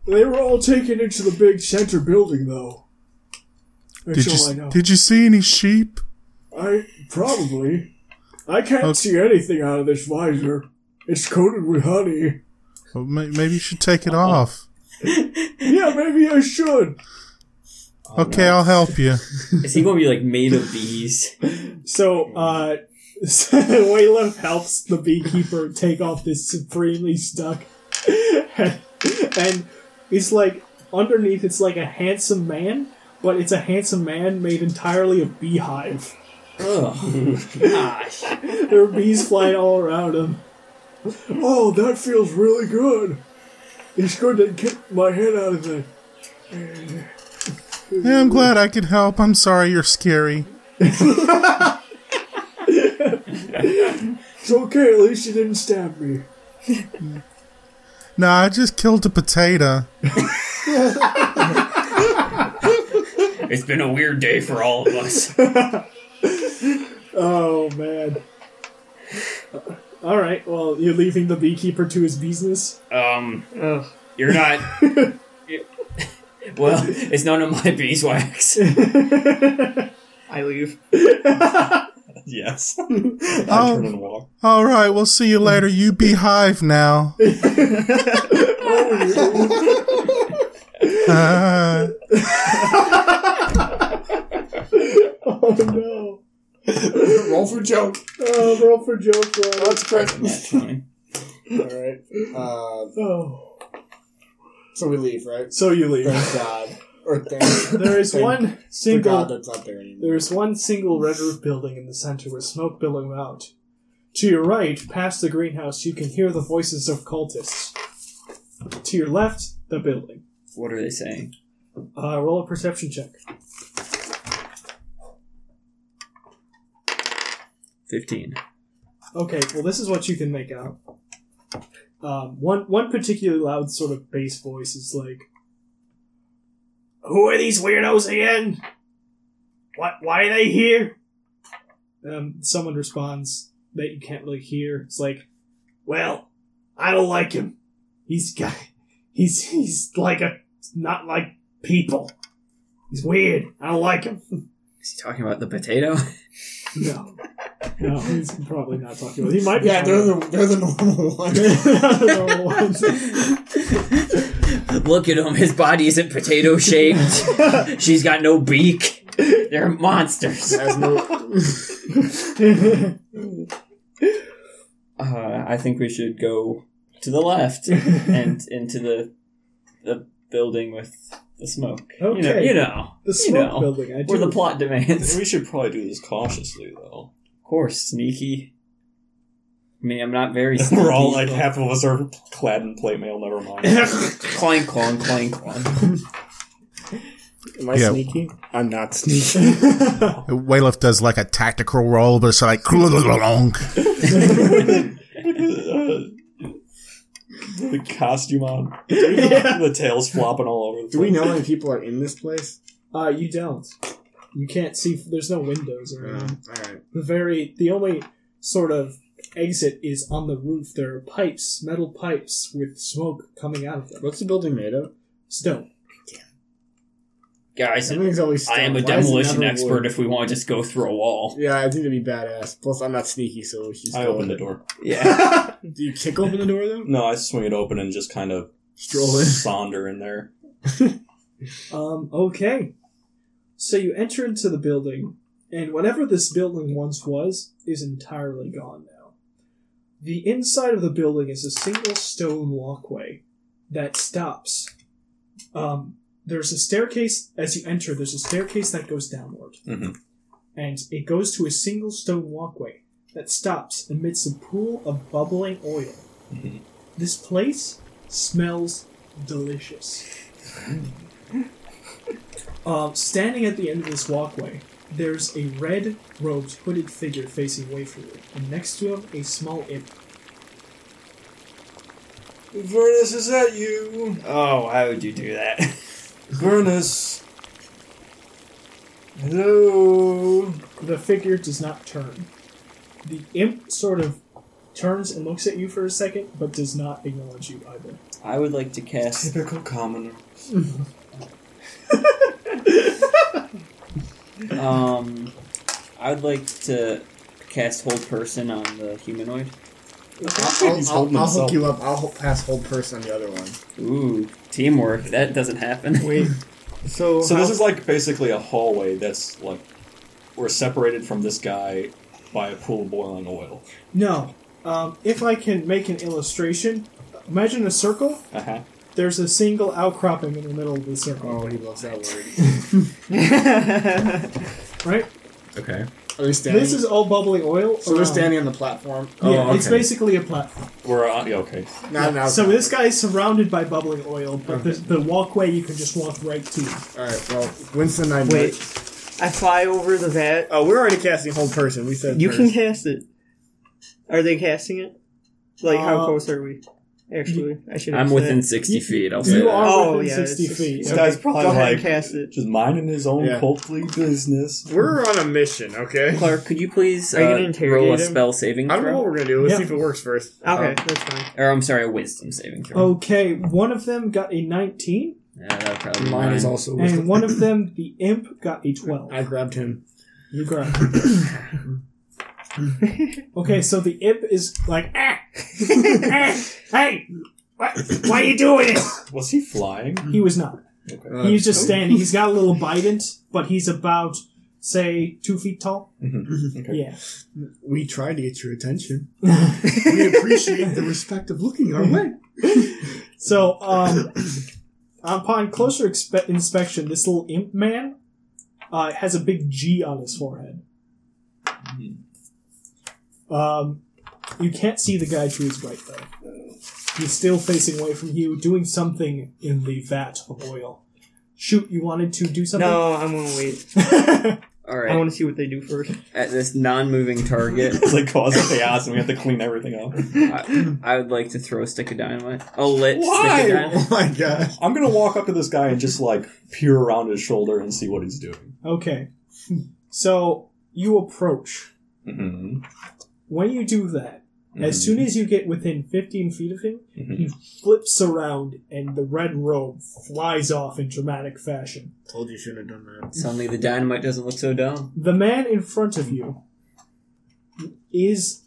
S2: they were all taken into the big center building, though. That's
S1: Did you,
S2: all I
S1: s-
S2: know.
S1: did you see any sheep?
S2: I probably. I can't
S1: Okay.
S2: see anything out of this visor. It's coated with honey.
S1: Well, may- maybe you should take it off.
S2: Yeah, maybe I should.
S1: Okay, I'll help you.
S4: Is he going to be like made of bees?
S2: So, uh, <laughs> Waylon helps the beekeeper take off this supremely stuck <laughs> and it's like underneath it's like a handsome man but it's a handsome man made entirely of beehive
S4: Gosh.
S2: <laughs> there are bees flying all around him oh that feels really good it's good to get my head out of it
S1: Yeah, I'm glad I could help. I'm sorry you're scary.
S2: it's okay at least you didn't stab me
S1: Nah, I just killed a potato.
S4: It's been a weird day for all of us.
S2: oh man all right well you're leaving the beekeeper to his business
S4: Um,
S7: Ugh.
S4: you're
S5: <laughs>
S4: not. well, it's none of my
S5: <laughs>
S4: beeswax.
S7: I leave.
S5: Yes. I turn
S1: Oh,
S5: and walk.
S1: all right. We'll see you later. You beehive now. Uh,
S2: oh no
S6: <laughs> Roll for joke.
S2: Oh, roll for joke roll.
S6: That's great.
S4: Naturally.
S6: Alright. Uh,
S2: Oh.
S6: so we leave, right?
S2: So you leave.
S6: Thank God. Or thank
S2: There is
S6: <laughs> thank
S2: one
S6: to God
S2: single.
S6: that's not there anymore.
S2: There is one single red roof building in the center with smoke billowing out. To your right, past the greenhouse, you can hear the voices of cultists. To your left, the building.
S4: What are they saying?
S2: Uh, roll a perception check.
S4: 15.
S2: Okay, well, this is what you can make out. Um, one one particularly loud sort of bass voice is like, "Who are these weirdos again? What? Why are they here? Um, someone responds that you can't really hear. It's like, well, I don't like him. He's got, he's he's like a not like people. He's weird. I don't like him.
S4: Is he talking about the
S5: <laughs>
S4: potato?
S2: <laughs> No, no, he's probably not talking about. He might. Be
S9: Yeah, they're the, they're the normal
S2: <laughs>
S9: ones. <laughs>
S2: the ones.
S4: Look at him. His body isn't potato shaped.
S5: <laughs>
S4: She's got no beak. They're monsters.
S6: Has no,
S8: Uh, I think we should go to the <laughs> left and into the the building with the smoke. You know,
S2: Okay.
S8: you know
S2: The smoke
S8: know,
S2: building. I
S8: where
S2: do.
S8: the plot demands.
S5: We should probably do this cautiously, though.
S8: Of course, sneaky. I mean, I'm not
S5: <laughs>
S8: very.
S5: We're all like
S8: sneaky,
S5: half of us are clad in plate mail. Never mind.
S9: <laughs>
S8: but- clang, clang, clang, clang.
S6: am I
S1: Yeah.
S6: sneaky? I'm not sneaky.
S1: Wayleft does like a tactical roll, but it's like <laughs> "Klulululong."
S5: the costume on, the tails flopping all over. The
S6: Do we know how many people are in this place?
S2: Uh, you don't. You can't see. There's no windows or anything.
S6: Um,
S9: Mm.
S6: all right.
S2: The very the only sort of exit is on the roof. There are pipes, metal pipes with smoke coming out of them.
S6: What's the building made of?
S2: Stone.
S4: Guys,
S6: Everything's always.
S4: I am a
S6: stone. Why is it
S4: demolition
S6: never
S4: expert
S6: wood?
S4: if we want to just go through a wall.
S6: Yeah, I think it'd be badass. Plus, I'm not sneaky, so it's just
S5: I
S6: go
S5: open the
S6: with it.
S5: door.
S7: <laughs>
S6: Do you kick open the door
S2: <laughs>
S6: though?
S5: No, I swing it open and just kind of
S6: Stroll in.
S5: Sonder in there.
S2: Um, okay. So you enter into the building, and whatever this building once was is entirely gone now. The inside of the building is a single stone walkway that stops. Um, there's a staircase, as you enter, there's a staircase that goes downward.
S5: Mhm.
S2: And it goes to a single stone walkway that stops amidst a pool of bubbling oil. This place smells delicious. Um, standing at the end of this walkway, there's a red robed hooded figure facing away from you, and next to him, a small imp.
S5: Vernus, is that you?
S4: Oh, why would you do that?
S5: Vernus. Hello.
S2: The figure does not turn. The imp sort of turns and looks at you for a second, but does not acknowledge you either.
S8: I would like to cast.
S5: Typical commoner.
S8: Um, I would like to cast hold person on the humanoid.
S6: I'll, I'll, I'll, I'll hook you up. I'll ho- pass hold person on the other one.
S8: Ooh, teamwork. That doesn't happen.
S7: Wait. So,
S5: So this
S7: how-
S5: is like basically a hallway that's like we're separated from this guy by a pool of boiling oil.
S2: No. Um, if I can make an illustration, imagine a circle.
S5: Uh huh.
S2: There's a single outcropping in the middle of the circle,
S6: Oh, he loves that word.
S2: right?
S5: Okay.
S6: Are we standing?
S2: This is all bubbling oil.
S6: so we're
S2: around.
S6: standing on the platform.
S2: Yeah,
S5: Oh,
S2: it's
S5: okay.
S2: basically a platform.
S5: We're on. Yeah, okay.
S6: Not an
S2: So
S6: outside.
S2: this guy is surrounded by bubbling oil, but the, the walkway you can just walk right to.
S6: All right. Well, Winston and I. met-
S7: Wait. I fly over the vat.
S6: Oh, we're already casting hold person. We said
S7: You can
S6: first.
S7: cast it. Are they casting it? Like, how
S2: Uh,
S7: close are we? Actually, I should.
S4: <laughs> I'm
S7: ask
S4: within
S7: that.
S4: 60 feet, I'll say
S2: You
S4: that.
S2: are
S7: Oh,
S2: within
S7: yeah,
S2: sixty
S7: it's-
S2: feet.
S5: This guy's probably
S7: Go ahead and
S5: like
S7: cast it.
S5: just minding his own
S6: Yeah.
S5: cultly business.
S6: We're on a mission. Okay.
S4: Clark, could you please
S7: Are you
S4: uh,
S7: gonna
S4: roll a
S7: interrogate him?
S4: spell saving
S6: I don't know
S4: throw?
S6: what we're gonna do. Let's
S2: Yeah.
S6: see if it works first.
S7: Okay,
S6: Um,
S7: that's fine.
S4: Or, I'm sorry, a wisdom saving throw.
S2: <laughs> Okay, one of them got a nineteen,
S4: Yeah, that'll probably
S6: mine is
S4: mine.
S6: also.
S2: and one
S6: <laughs>
S2: of them, the imp, got a twelve.
S6: I grabbed him.
S2: You
S6: <clears throat>
S2: grab. okay, so the imp is like, ah, <laughs> ah, hey, why, why are you doing it?
S5: Was he flying? <laughs>
S2: He was not.
S6: Uh,
S2: He's just standing. He's got a little bident, but he's about say two feet tall. <laughs>
S6: Mm-hmm.
S2: Yeah.
S6: We tried to get your attention. we appreciate the respect of looking our way.
S2: So, um, upon closer expe- inspection, this little imp man uh, has a big G on his forehead. Um, you can't see the guy to his right, though. He's still facing away from you, doing something in the vat of oil. Shoot, you wanted to do something?
S7: No, I'm gonna wait.
S2: <laughs>
S7: I
S4: Alright,
S7: want to see what they do first.
S4: at this non moving target,
S5: It's like causing chaos, and we have to clean everything up.
S4: I, I would like to throw a stick of dynamite. A lit stick of dynamite.
S6: <laughs> Oh my gosh.
S5: I'm gonna walk up to this guy and just like peer around his shoulder and see what he's doing.
S2: Okay. So you approach
S5: hmm
S2: When you do that, as soon as you get within 15 feet of him,
S5: Mhm.
S2: he flips around and the red robe flies off in dramatic fashion.
S6: Told you you shouldn't have done that.
S8: Suddenly the dynamite doesn't look so dumb.
S2: The man in front of you is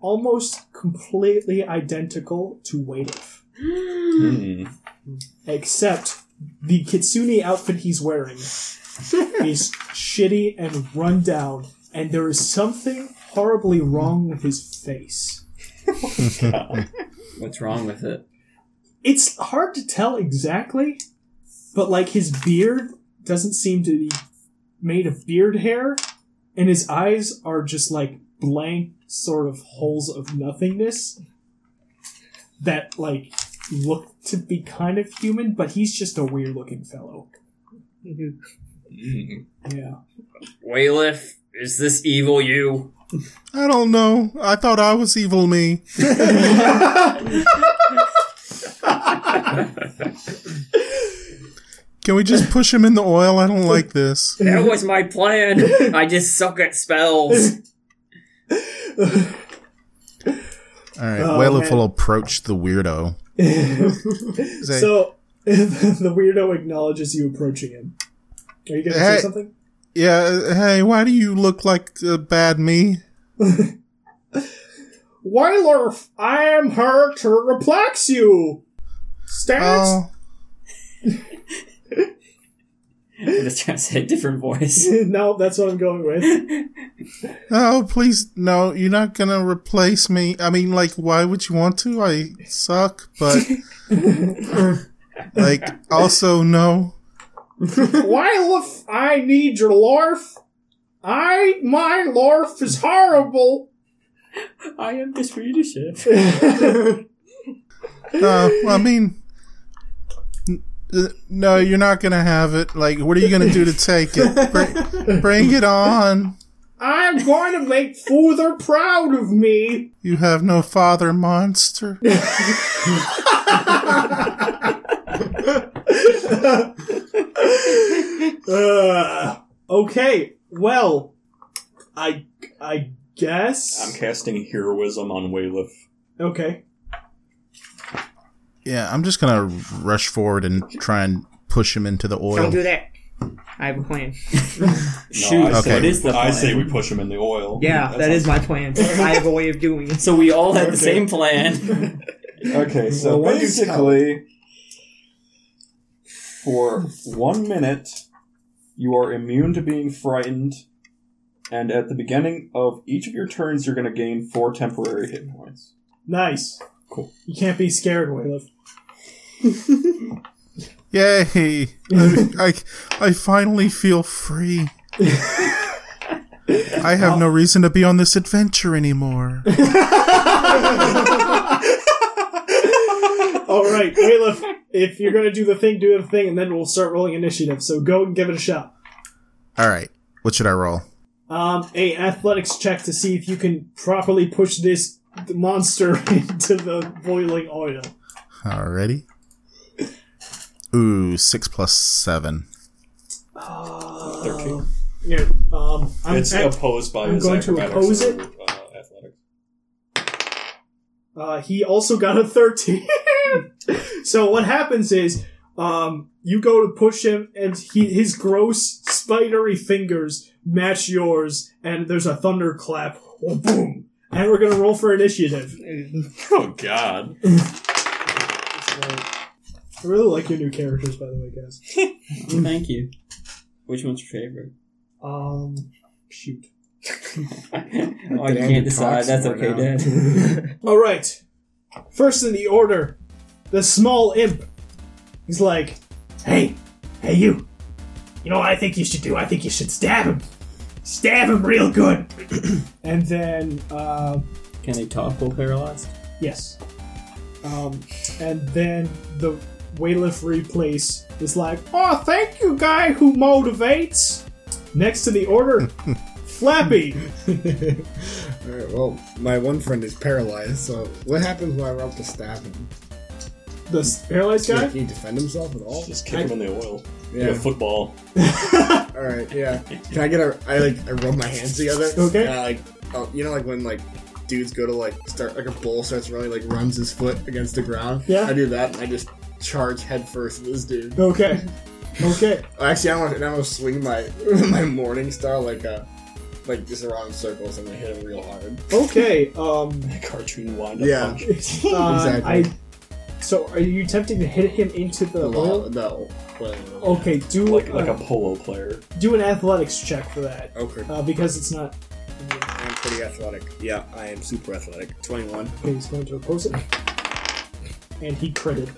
S2: almost completely identical to Waitif,
S5: Mm-hmm.
S2: except the kitsune outfit he's wearing is shitty and run down, and there is something horribly wrong with his face.
S8: What's wrong with it?
S2: It's hard to tell exactly, but like his beard doesn't seem to be made of beard hair, and his eyes are just like blank sort of holes of nothingness that like look to be kind of human, but he's just a weird looking fellow. Yeah.
S4: Waylif, is this evil you?
S1: I don't know. I thought I was evil me. Can we just push him in the oil? I don't like
S2: <laughs>
S1: this.
S8: Mm-hmm.
S4: That was
S8: <laughs>
S4: my plan. I just suck at spells.
S1: All right,
S2: Oh,
S1: Waylif
S2: man.
S1: will approach the weirdo. Say,
S2: So <laughs> the weirdo acknowledges you approaching him. Are you gonna
S1: Hey.
S2: say something?
S1: yeah, uh, hey, why do you look like a bad me?
S2: Wylerf, I am here to replex you. Stats
S1: Oh,
S8: I'm just trying to say a different voice.
S2: <laughs> no, that's what I'm going with.
S1: oh, please, no, you're not gonna replace me. I mean, like, why would you want to? I suck,
S7: <laughs>
S1: but like, also no.
S2: Wylef, I need your larf. I my larf is horrible.
S8: I am the Swedish
S4: <laughs>
S8: chef.
S1: Uh, well, I mean, n- uh, no, you're not gonna have it. Like, what are you gonna do to take it? Bring, bring it on.
S2: I'm going to make Futher proud of me.
S1: You have no father,
S7: <laughs>
S1: monster.
S2: Uh, okay, well, I I
S5: I'm
S2: guess
S5: casting heroism on Waylif.
S2: okay.
S1: Yeah, I'm just gonna rush forward and try and push him into the
S7: Don't
S1: oil.
S7: do that. I have a plan.
S5: Shoot, I,
S1: Okay.
S5: say,
S1: What
S8: is the
S5: I
S8: plan?
S5: say we push him in the oil.
S7: Yeah, that is my plan. I have a way of doing it.
S8: So we all had the same plan.
S5: <laughs> Okay, so
S6: Well, what do you
S5: basically, for one minute, you are immune to being frightened, and at the beginning of each of your turns, you're going to gain four temporary hit points.
S2: Nice.
S5: Cool.
S2: You can't be scared, Wylerf.
S5: <laughs>
S1: Yay! I, I, I finally feel free. I have no reason to be on this adventure
S5: <laughs>
S1: anymore.
S2: All right, Wylerf, if you're gonna do the thing, do the thing, and then we'll start rolling initiative. So go and give it a shot.
S1: All right, what should I roll?
S2: Um, a athletics check to see if you can properly push this monster <laughs> into the boiling oil.
S1: Alrighty. Ooh, six plus seven.
S5: Thirteen.
S2: Yeah, um, I'm,
S5: it's
S2: at-
S5: opposed by
S2: I'm
S5: his
S2: going to
S5: acrobatics
S2: oppose
S5: or, Uh, athletics.
S2: uh, he also got a 13. <laughs> so what happens is, um, you go to push him, and he, his gross, spidery fingers match yours, and there's a thunderclap. Or boom! And we're gonna roll for initiative.
S5: <laughs> Oh, God.
S2: <laughs> I really like your new characters, by the way, guys.
S8: Thank you. Which one's your favorite? <laughs>
S2: Um, shoot.
S8: oh, you can't decide. That's okay,
S5: <laughs>
S8: Dad.
S2: All right. First in the order, the small imp. He's like, "Hey, hey, you. You know what I think you should do? I think you should stab him. Stab him real good." <clears throat> and then, uh,
S8: Can they talk while paralyzed?
S2: yes. Um, and then the Waylif replace is like, "Oh, thank you, guy who motivates." Next in the order, Flappy.
S6: <laughs> All right, well, my one friend is paralyzed, so what happens when I rub to stab him?
S2: The paralyzed guy.
S6: Can he defend himself at all?
S5: Just kick him in the oil. Yeah,
S6: Yeah.
S5: football. <laughs>
S6: All right. Yeah. Can I get a? I like. I rub my hands together.
S2: Okay.
S6: And I like oh, you know, like when like dudes go to like start like a bull starts running, like runs his foot against the ground.
S2: Yeah.
S6: I do that, and I just charge headfirst into this
S2: <laughs>
S6: dude.
S2: Okay. Okay.
S6: Actually, I want to. I'm gonna swing my <laughs> my morning star like uh like just around in circles and I hit him real hard.
S2: Okay. Um.
S10: Cartoon wind up.
S6: Yeah,
S2: uh, I.
S6: Exactly.
S2: So, are you attempting to hit him into the
S6: no,
S2: oil?
S6: no. Wait,
S2: Okay. Do
S5: Like,
S2: uh,
S5: like a polo player.
S2: do an athletics check for that
S11: Okay.
S2: uh, because it's not.
S11: I'm pretty athletic. Yeah, I am super athletic. 21.
S2: Okay, he's going to oppose it, and he critted.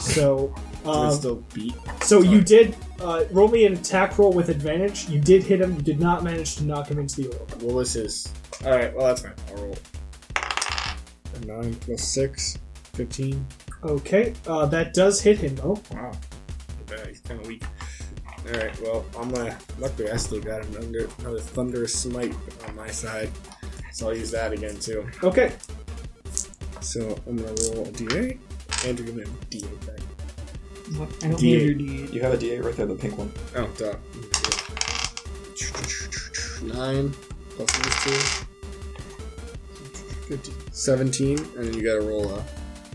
S5: <laughs>
S2: So. Ah. Um,
S6: still beat.
S2: So you did uh, roll me an attack roll with advantage. You did hit him. You did not manage to knock him into the oil.
S6: What was his? All right. Well, that's fine. I'll roll. Nine plus six. 15.
S2: Okay, uh, that does hit him though.
S6: Wow. Yeah, he's kind of weak. All right. Well, I'm gonna. Luckily, I still got another another thunderous smite on my side, so I'll use that again too.
S2: Okay,
S6: So I'm gonna roll a d8. Andrew, give me a d8 back.
S7: What? I don't
S6: D8.
S7: need your D8.
S5: You have a D8 right there, the pink one.
S6: Oh, duh. Nine plus those two. 15. 17, and then you gotta roll a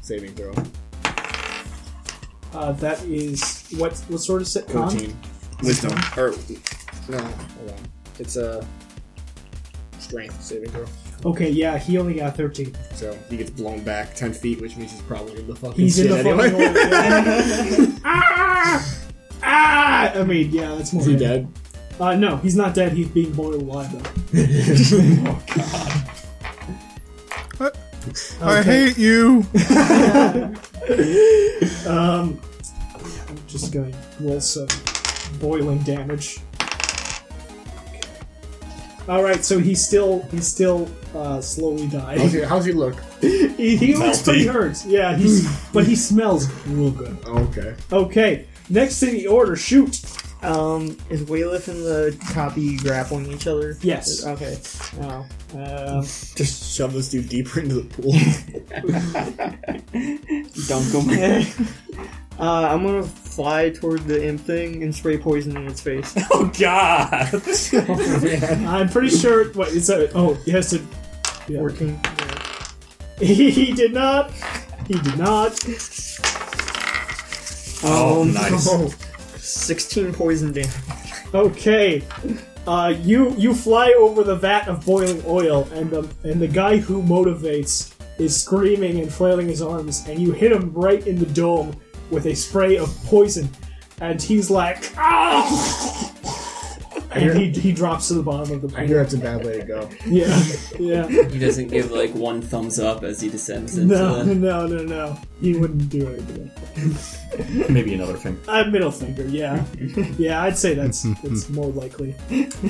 S6: saving throw.
S2: uh, that is what what sort of sitcom?
S6: 14. Wisdom. Or, no, hold on. It's a strength saving throw.
S2: Okay, yeah, he only got thirteen.
S6: So he gets blown back 10 feet, which means he's probably in the fucking
S2: He's
S6: shit
S2: in the
S6: anyway.
S2: fucking hole. yeah. <laughs> ah! Ah! I mean, yeah, that's more.
S6: <laughs> Is he
S2: it.
S6: dead?
S2: Uh, no, he's not dead. He's being boiled alive though.
S1: What? I
S2: Okay.
S1: hate
S5: <laughs>
S1: you.
S2: Um, I'm just going to roll some boiling damage. All right, so he's still he's still uh, slowly
S6: How's
S2: dying.
S6: he, how's he look?
S2: <laughs> he, he looks pretty hurt. Yeah, he's but he smells real good.
S6: Oh, Okay.
S2: Okay, next in the order, shoot.
S7: Um, is Waylif and the copy grappling each other?
S2: Yes.
S7: Okay. Oh. <laughs> Um,
S6: Just shove this dude deeper into the pool.
S4: Dunk
S8: <laughs>
S4: him.
S7: uh, I'm gonna fly toward the imp thing and spray poison in its face.
S10: Oh god!
S5: <laughs>
S2: I'm pretty sure. What is that? Oh, he has to. yeah.
S7: 14.
S2: <laughs> he did not. He did not.
S10: Oh, nice.
S7: 16 poison damage.
S2: <laughs> Okay. Uh, you you fly over the vat of boiling oil, and the and the guy who motivates is screaming and flailing his arms, and you hit him right in the dome with a spray of poison, and he's like, "Ah!" and he, he drops to the bottom of the
S6: <laughs> I
S2: pool.
S6: hear that's a bad way to go.
S2: <laughs> Yeah, yeah.
S4: He doesn't give like one thumbs up as he descends into
S2: No,
S4: the.
S2: no, no, no. He wouldn't do anything.
S5: Maybe another thing.
S2: A middle finger,
S5: <laughs>
S2: yeah, yeah. I'd say that's that's more likely.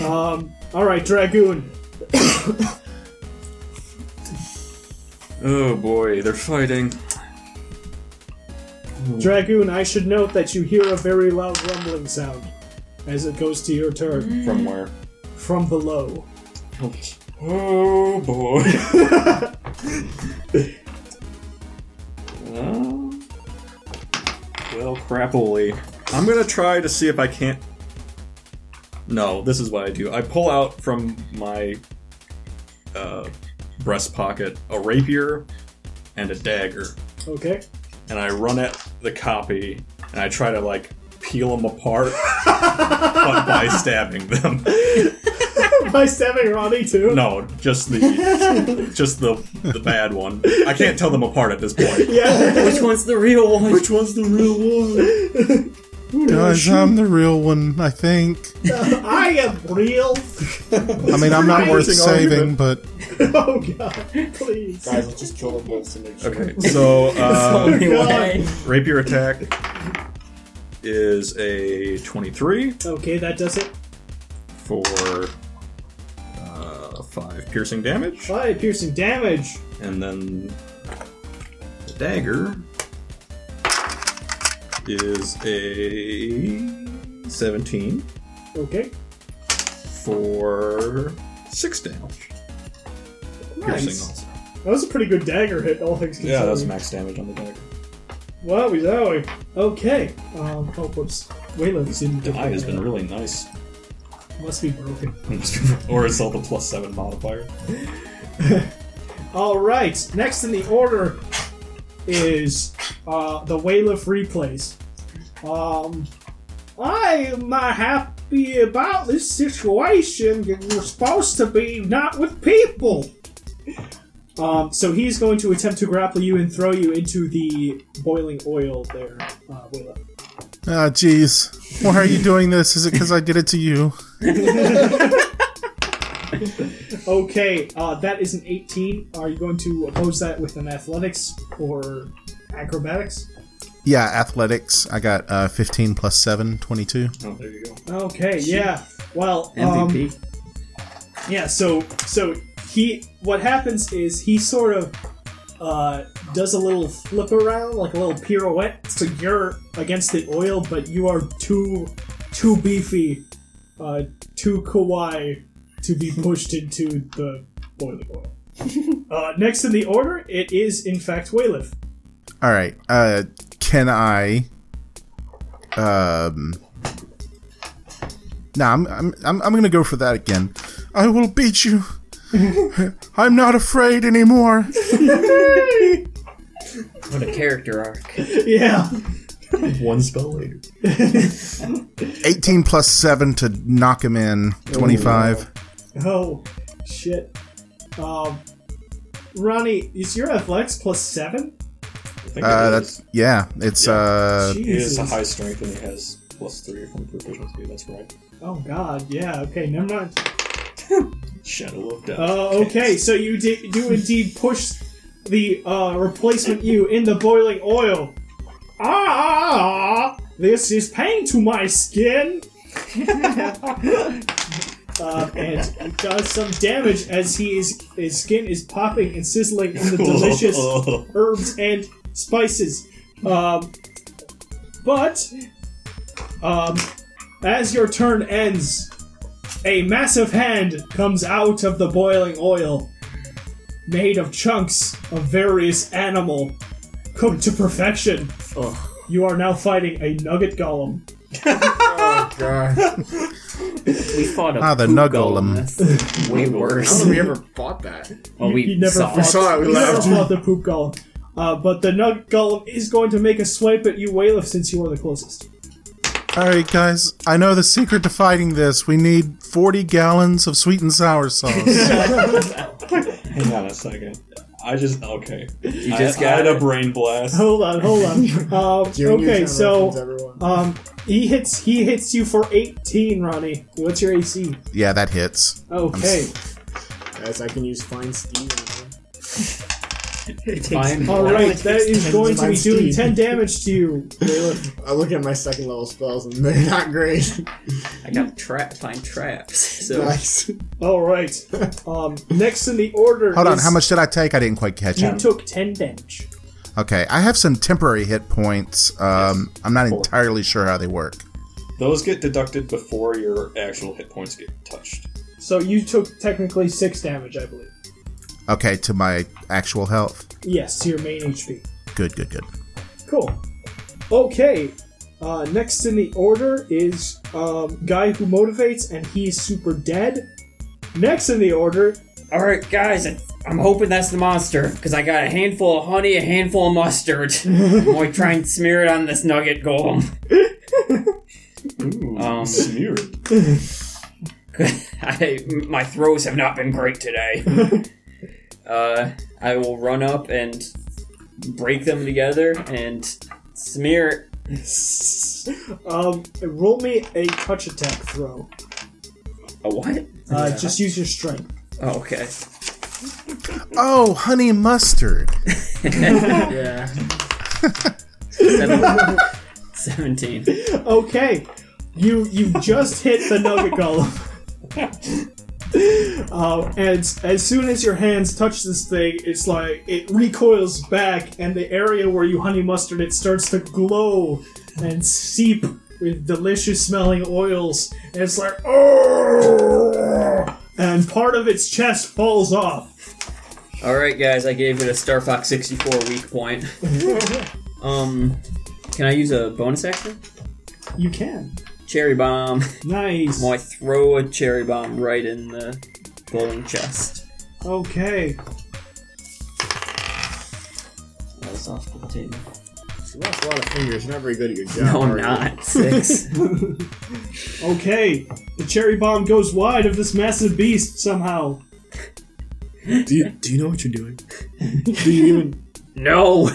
S2: Um, all right, dragoon.
S5: Oh boy, they're fighting.
S2: Dragoon, I should note that you hear a very loud rumbling sound as it goes to your turn
S5: From where?
S2: from below.
S5: Oh <laughs> boy. well, crappily. I'm gonna try to see if I can't. No, this is what I do. I pull out from my uh, breast pocket a rapier and a dagger,
S2: Okay. <laughs>
S5: and I run at the copy, and I try to like peel them apart, <laughs> but by stabbing them.
S2: By stabbing Ronnie too.
S5: No, just the just the the bad one. I can't tell them apart at this
S2: <laughs>
S5: point.
S2: Yeah. <laughs>
S4: Which one's the real one?
S5: Which one's the real
S8: <laughs>
S5: one?
S1: Guys, I'm the real one, I think.
S2: I am real. <laughs>
S1: I mean, I'm
S5: <laughs>
S1: not worth
S5: Amazing argument.
S1: saving, but
S2: Oh god, please.
S6: Guys, let's just kill them both to make sure.
S5: Okay, so uh,
S4: Only
S2: God.
S4: way.
S5: rapier attack is a twenty-three
S2: Okay, that does it.
S5: for uh, five piercing damage,
S2: Five piercing damage.
S5: and then the dagger is a seventeen
S2: Okay.
S5: for six damage. Piercing
S2: Nice.
S5: also.
S2: That was a pretty good dagger hit, all things considered.
S5: Yeah, that was max damage on the dagger.
S2: Wow, we Okay. Um, oh, whoops. Waylon didn't
S5: The
S2: get
S5: eye has
S2: that.
S5: been really nice.
S2: Must be broken.
S5: <laughs> or is all the plus seven modifier?
S2: All right. Next in the order is uh, the Wayliff replays. Um, I am not happy about this situation. You're supposed to be not with people. Um, so he's going to attempt to grapple you and throw you into the boiling oil there, uh, Wayliff.
S1: Ah, jeez. Why are you doing this? Is it because I did it to you?
S5: <laughs>
S2: Okay, uh, that is an 18. Are you going to oppose that with an athletics or acrobatics?
S1: Yeah, athletics. I got uh, 15 plus 7, 22.
S5: Oh, there you go.
S2: Okay, yeah. Well, um,
S8: MVP.
S2: yeah. So, so he, what happens is he sort of uh, does a little flip around, like a little pirouette. So you're against the oil, but you are too, too beefy, uh, too kawaii to be pushed into the boiling oil. uh, next in the order, it is in fact Waylif.
S1: All right. Uh, can I? Um. Nah, I'm, I'm I'm I'm gonna go for that again. I will beat you. I'm not afraid anymore.
S8: What a character arc.
S2: Yeah.
S5: One spell later.
S1: 18 plus seven to knock him in. 25.
S2: Oh, shit. Um, Ronnie, is your athletics plus seven?
S5: I think
S1: Uh,
S5: it
S1: that's
S5: is.
S1: yeah. It's uh.
S5: He is a high strength and he has plus three from proficiency. That's right.
S2: Oh, God. Yeah, okay, never mind.
S5: Shadow of Death.
S2: Uh, okay, so you di- do indeed push the uh, replacement you in the boiling oil. Ah! This is pain to my skin! Uh, and it does some damage as he is, his skin is popping and sizzling in the delicious herbs and spices. Um, but um, as your turn ends, a massive hand comes out of the boiling oil, made of chunks of various animal, cooked to perfection. You are now fighting a nugget golem.
S8: We fought a
S1: Ah, the
S8: poop
S1: Nugolem.
S8: That's way
S6: I
S8: worse.
S5: <laughs>
S6: don't know if we ever fought that.
S8: Well, we
S2: You never
S8: saw
S2: fought.
S8: it.
S6: saw it, we
S2: you never
S6: laughed.
S2: fought the poop golem. Uh, but the nugget golem is going to make a swipe at you, Waylif, since you are the closest.
S1: All right, guys. I know the secret to fighting this. We need 40 gallons of sweet and sour sauce.
S5: Hang on a second. I just okay.
S8: You
S5: I-
S8: just
S5: I,
S8: got
S5: had
S8: it.
S5: a brain blast.
S2: Hold on, hold
S6: <laughs>
S2: on. Um,
S6: Junior
S2: okay,
S6: town reference,
S2: so
S6: everyone.
S2: um, he hits he hits you for 18, Ronnie. What's your AC?
S1: yeah, that hits.
S2: Okay.
S6: Guys, I can use fine steam. on it.
S8: Fine.
S2: All right, that is going to be
S6: times
S2: doing
S6: speed.
S2: ten damage to you.
S6: I look at my second level spells and they're not great. <laughs>
S8: I got trap. Find traps. So
S6: nice.
S2: All right. Um, next in the order.
S1: Hold on.
S2: is-
S1: How much did I take? I didn't quite catch it.
S2: You took ten damage.
S1: Okay, I have some temporary hit points. Um, I'm not
S5: Cool.
S1: entirely sure how they work.
S5: Those get deducted before your actual hit points get touched.
S2: So you took technically six damage, I believe.
S1: Okay, to my actual health.
S2: Yes, to your main HP.
S1: Good, good, good.
S2: Cool. Okay. Uh, next in the order is um, guy who motivates, and he is super dead. Next in the order,
S8: all right, guys. I- I'm hoping that's the monster because I got a handful of honey, a handful of mustard. I'm going to try and smear it on this nugget golem. <laughs>
S5: Ooh,
S8: Um.
S5: smear.
S8: I, my throws have not been great today. uh, I will run up and break them together and smear.
S2: um, roll me a touch attack throw.
S8: A what?
S2: Uh, Just use your strength.
S8: Oh, okay.
S1: <laughs> Oh, honey mustard.
S6: Yeah.
S8: <laughs> Seven- <laughs> Seventeen.
S2: Okay, you you just hit the nugget golem. Um, and as soon as your hands touch this thing, it's like it recoils back, and the area where you honey mustard it starts to glow and seep with delicious smelling oils. And it's like, oh! And part of its chest falls off.
S8: All right, guys. I gave it a Star Fox sixty-four weak point. um, can I use a bonus action?
S2: You can.
S8: Cherry bomb.
S2: Nice.
S8: I throw a cherry bomb right in the bowling chest.
S2: Okay.
S8: That's off the table.
S6: You lost a lot of fingers. You're not very good at your job.
S8: No,
S6: are
S8: I'm
S6: you?
S8: not. <laughs> Six.
S2: Okay. The cherry bomb goes wide of this massive beast somehow.
S6: Do you, do you know what you're doing? do you even? <laughs>
S8: no!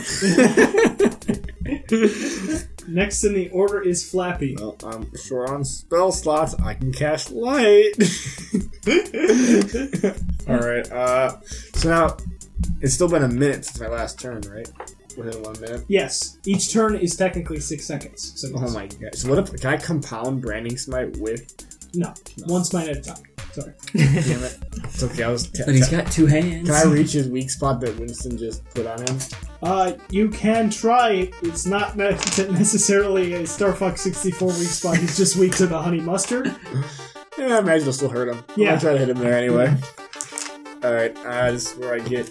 S2: Next in the order is Flappy.
S6: Well, I'm short on spell slots. I can cast light. <laughs> All right. Uh, so now it's still been a minute since my last turn, right? Within one minute.
S2: Yes. Each turn is technically six seconds. So
S6: Oh my god! So what if can I compound branding smite with?
S2: no. One smite at a time. Sorry.
S6: Damn it! It's okay. I was. T-
S8: But he's got two hands.
S6: can I reach his weak spot that Winston just put on him?
S2: Uh, you can try. It's not <laughs> ne- necessarily a Star Fox 64 weak spot. He's just weak to the honey mustard.
S6: Yeah, I imagine it'll still hurt him. I'm
S2: Yeah. Mm-hmm.
S6: gonna try to hit him there anyway. Alright, uh, this is where I get.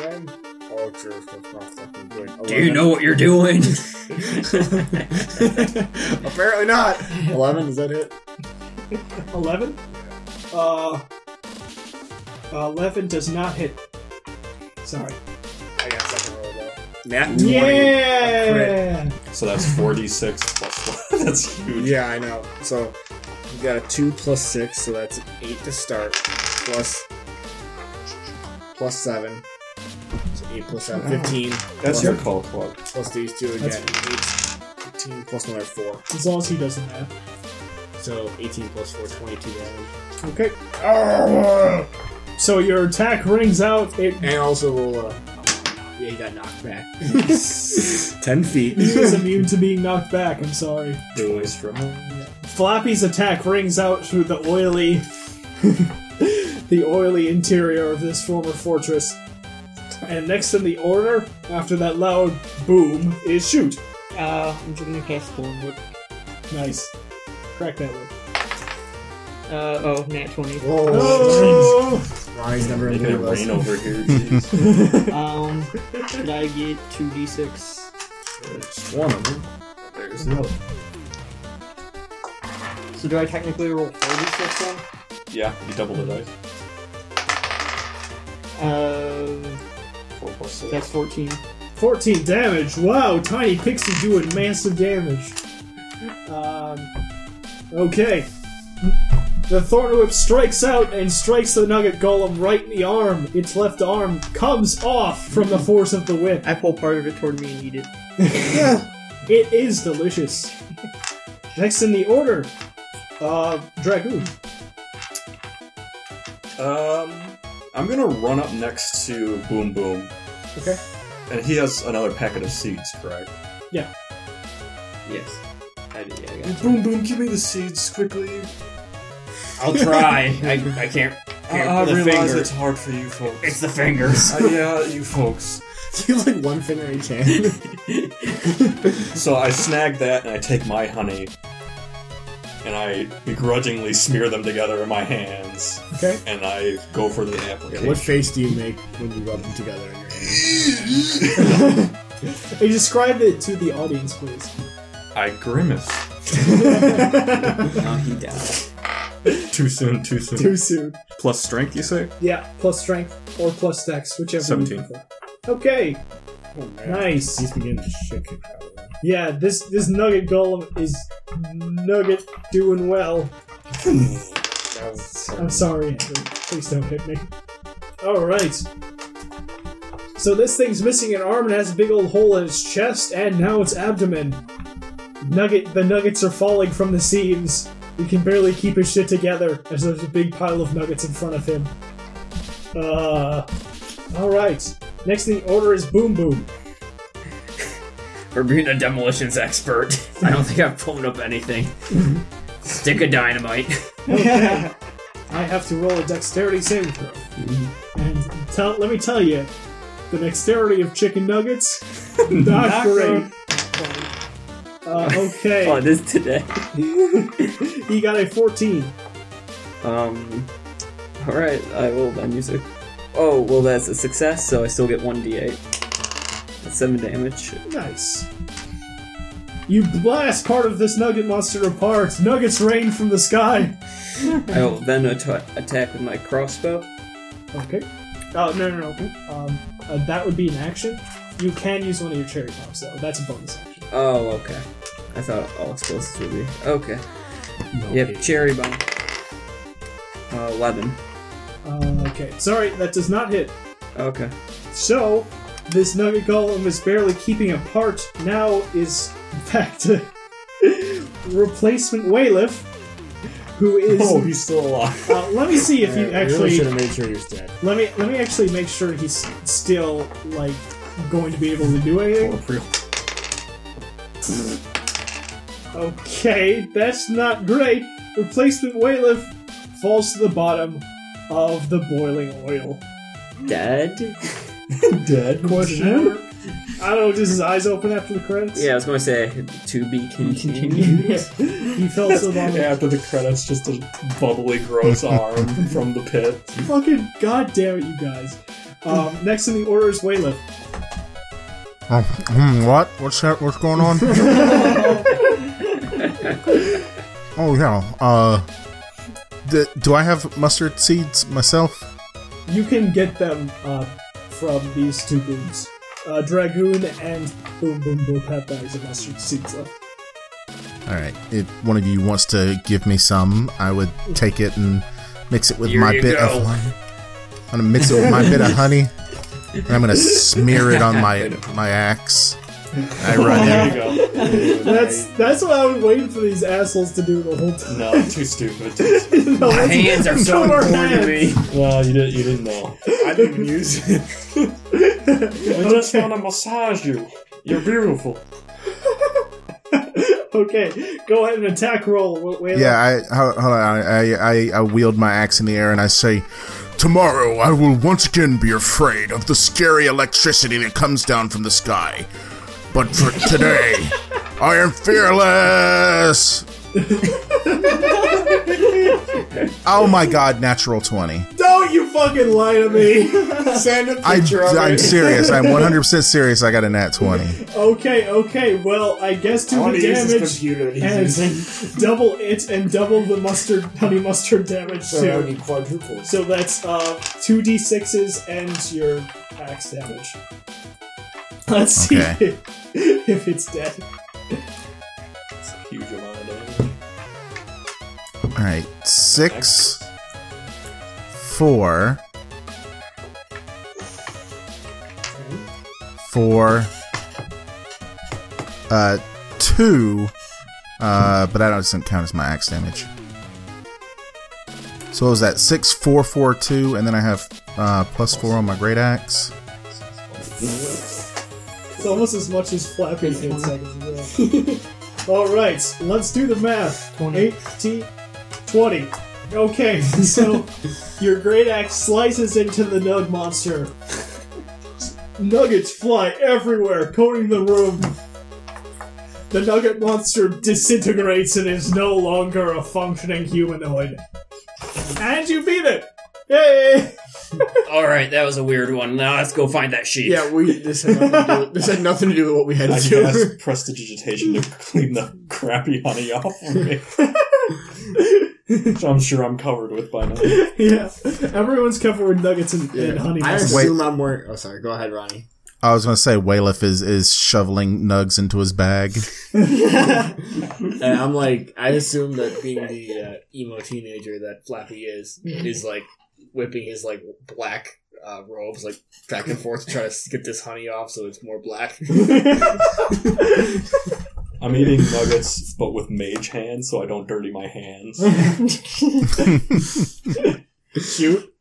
S6: Eleven. Oh, true. That's not fucking good. Oh,
S8: Do you know what you're <laughs> doing?
S6: <laughs> Apparently not! 11, is that it?
S2: 11? Uh, 11 does not hit. Sorry.
S6: I got second roll though. Nat 20.
S2: Yeah!
S5: So that's 4d6 plus 1. <laughs> That's huge.
S6: Yeah, I know. So, we got a 2 plus 6, so that's an 8 to start. Plus. Plus 7. So 8 plus 7, 15.
S5: That's
S6: plus,
S5: your call club.
S6: Plus these two again. 8, 15 plus another 4.
S2: As long as he doesn't have.
S6: So 18 plus 4, 22 damage.
S2: Okay.
S6: Ah!
S2: So your attack rings out. It <laughs>
S6: And also uh, roll a. Yeah, he got knocked <laughs> back. 10 feet.
S2: he is immune to being knocked back. I'm sorry.
S5: Do I struggle?
S2: Flappy's attack rings out through the oily, <laughs> the oily interior of this former fortress. And next in the order, after that loud boom, is shoot.
S7: Uh, I'm just gonna cast Thorn Whip.
S2: Nice. Crack that one.
S7: Uh, oh, nat
S6: <laughs>
S7: 20.
S6: Whoa. Ronnie's Oh. never in
S5: Making it
S6: the
S5: rain
S6: list.
S8: <laughs>
S5: over here. jeez.
S7: Um, should I get 2d6?
S6: Just One of them.
S5: There's no.
S7: So do I technically roll 4d6
S5: Yeah, you double the dice.
S7: then? Uh,
S5: 4 plus 6.
S7: that's 14.
S2: 14 damage. Wow, Tiny Pixie doing massive damage. Um, okay. The Thorn Whip strikes out and strikes the Nugget Golem right in the arm. Its left arm comes off from the force of the whip.
S7: I pull part of it toward me and eat it.
S2: It is delicious. Next in the order, uh, Dragoon.
S5: Um, I'm gonna run up next to Boom Boom.
S2: Okay.
S5: And he has another packet of seeds, correct?
S8: yes. I did, yeah, I got
S5: Boom Boom, give me the seeds quickly.
S8: I'll try. I, I can't. can't
S5: I, I
S8: the
S5: realize
S8: finger.
S5: it's hard for you folks.
S8: It's the fingers.
S5: Uh, yeah, you folks.
S6: <laughs> You have, like one finger in each hand. <laughs>
S5: So I snag that and I take my honey and I begrudgingly smear them together in my hands.
S2: Okay.
S5: And I go for the application.
S6: what face do you make when you rub them together in your hand?
S2: Hey, describe it to the audience, please.
S5: I grimace.
S8: no, he died.
S5: Too soon, too soon.
S2: Too soon.
S5: Plus strength, you say?
S2: Yeah, plus strength or plus dex, whichever. You
S5: 17.
S2: prefer. Okay,
S6: Oh,
S2: nice.
S6: He's beginning to shit kick out of them.
S2: Yeah, this this Nugget Golem is Nugget doing well.
S6: That was-
S2: I'm sorry, Andrew. please don't hit me. All right. So this thing's missing an arm and has a big old hole in its chest and now its abdomen. Nugget, the nuggets are falling from the seams. He can barely keep his shit together as there's a big pile of nuggets in front of him. Uh. All right. Next in the order is Boom Boom.
S8: For being a demolitions expert, I don't think I've blown up anything. Stick of dynamite. <laughs>
S2: Okay. I have to roll a dexterity saving throw. And tell, let me tell you, the dexterity of chicken nuggets, <laughs> not, great. Uh,
S8: Oh,
S2: okay,
S8: it is today.
S2: he got a 14.
S8: Um. All right, I will then use it. Oh well, that's a success, so I still get one d8. That's seven damage.
S2: Nice. You blast part of this nugget monster apart. Nuggets rain from the sky.
S8: I will then atta attack with my crossbow.
S2: Okay. Oh no no no. Um, uh, that would be an action. You can use one of your cherry bombs though. That's a bonus action.
S8: Oh, okay. I thought all explosives would be. Okay. yep, cherry bomb. Uh, 11.
S2: Uh, okay. Sorry, that does not hit.
S8: Okay.
S2: So this nugget golem is barely keeping apart. Now is <laughs> back to replacement Waylif, who is.
S3: Oh, he's still alive.
S2: Uh, let me see
S6: <laughs>
S2: if he actually.
S6: really should have made sure he was dead.
S2: Let me let me actually make sure he's still like going to be able to do
S6: Oh,
S2: anything. Okay, that's not great. Replacement Waylif falls to the bottom of the boiling oil.
S8: <laughs> Dead?
S2: Dead question. I don't know. Does his eyes open after the credits?
S8: Yeah, I was going to say, to be continued.
S4: <laughs>
S2: He fell so long.
S5: After the credits, just a bubbly, gross arm from the pit.
S2: Fucking goddamn it, you guys. Um, next in the order is Waylif.
S1: Oh, hmm, what? What's that? What's going <laughs> on? oh yeah. Uh, d- do I have mustard seeds myself?
S2: You can get them uh, from these two booms. Uh, Dragoon and Boom Boom Boom have bags of mustard seeds left.
S1: All right. If one of you wants to give me some, I would take it and mix it with
S4: Here
S1: my
S4: you
S1: bit
S4: go.
S1: of. Honey. I'm gonna mix it with my bit of
S4: <laughs>
S1: honey, and I'm gonna smear it on my my axe. I run
S5: There
S1: in.
S5: you go. <laughs>
S2: That's that's what I was waiting for these assholes to do the whole time.
S5: No, too stupid. Too stupid.
S2: No,
S4: My
S2: that's-
S4: hands are
S8: <laughs>
S4: so
S2: no more
S4: important to me.
S2: hands.
S5: No, you didn't. You didn't know.
S9: I didn't even use it.
S5: I just want to massage you. You're beautiful.
S2: <laughs> Okay, go ahead and attack roll. Wa- Waylon.
S1: Yeah. I hold, hold on. I, I I wield my axe in the air and I say, "Tomorrow I will once again be afraid of the scary electricity that comes down from the sky, but for today, I am fearless." oh my god! Natural twenty.
S2: Don't you fucking lie to me. <laughs>
S6: Send a
S1: I,
S6: picture of
S1: I'm
S6: it.
S1: serious. I'm 100% serious. I got a nat 20.
S2: okay, okay. Well, I guess do
S9: I want
S2: the
S9: to use this
S2: damage
S9: computer that he's using.
S2: and <laughs> double it and double the mustard honey mustard damage
S9: So that would
S2: too.
S9: be
S5: <laughs>
S9: quadruple.
S2: So that's uh two d sixes and your axe damage. Let's see
S1: Okay.
S2: if, <laughs> if it's dead.
S5: It's a huge amount of damage.
S1: All right. Six, four, four, uh, two, uh, but that doesn't count as my axe damage. So what was that? Six, four, four, two, and then I have uh, plus four on my great axe.
S2: It's almost as much as Flappy's hit seconds <laughs> ago. Alright, let's do the math. 20. 18, 20. Okay, <laughs> so your great axe slices into the nug monster. Nuggets fly everywhere, coating the room. The nugget monster disintegrates and is no longer a functioning humanoid. And you beat it! Yay! <laughs>
S4: Alright, that was a weird one. Now let's go find that sheep.
S6: Yeah, we. This had, nothing to do, this had nothing to do with what we had <laughs>
S5: I
S6: to do.
S5: cast prestidigitation to clean the crappy honey off of me. Which <laughs> I'm sure I'm covered with by now.
S2: Yeah, everyone's covered with nuggets and, and honey.
S6: I
S2: mustard.
S6: assume I'm wearing. Oh, sorry. Go ahead, Ronnie.
S1: I was gonna say Waylif is is shoveling nugs into his bag.
S6: And I'm like, I assume that being the uh, emo teenager that Flappy is, is like whipping his like black uh, robes like back and forth to try to get this honey off so it's more <laughs> black.
S5: I'm eating nuggets, but with mage hands, so I don't dirty my <laughs> hands.
S6: Cute.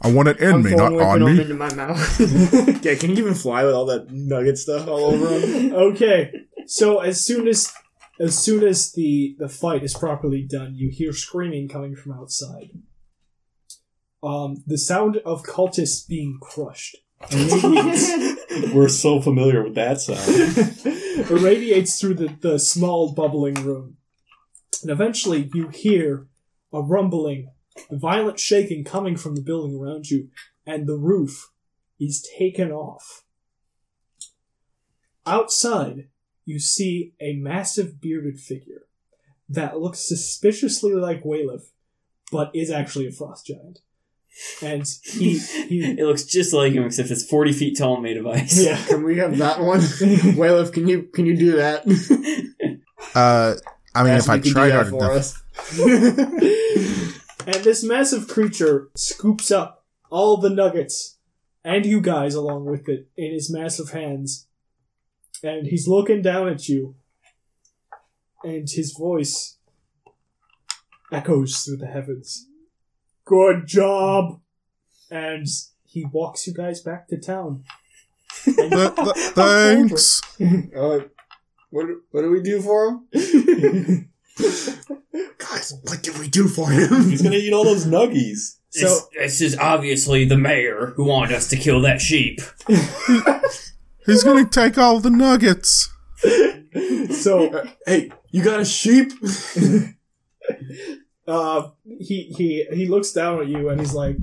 S1: I want it in me, not on me.
S7: into my mouth. <laughs>
S6: Yeah, can you even fly with all that nugget stuff all over him?
S2: okay. So as soon as as soon as the the fight is properly done, you hear screaming coming from outside. Um, the sound of cultists being crushed
S5: We're so familiar with that sound.
S2: <laughs> irradiates through the, the small bubbling room. And eventually you hear a rumbling, violent shaking coming from the building around you, and the roof is taken off. Outside, you see a massive bearded figure that looks suspiciously like Waylif, but is actually a frost giant. And he, he
S4: <laughs>
S8: It looks just like him, except it's 40 feet tall and made of ice. <laughs>
S2: yeah.
S6: Can we have that <laughs> one? Waylif, can you can you do that?
S1: Uh, I mean,
S6: Ask
S1: if I
S6: you can do
S1: tried
S6: that
S1: hard
S6: for
S1: enough,
S6: us.
S2: <laughs> And this massive creature scoops up all the nuggets and you guys along with it in his massive hands. And he's looking down at you. And his voice echoes through the heavens. Good job! And he walks you guys back to town.
S1: Th- th- thanks.
S6: Uh, what, what do we do for him? Guys, what did we do for him?
S5: He's gonna eat all those nuggies.
S2: So
S4: This is obviously the mayor who wanted us to kill that <laughs> sheep.
S1: He's gonna take all the nuggets.
S2: so
S6: hey, you got a sheep?
S2: uh, he he he looks down at you and he's like,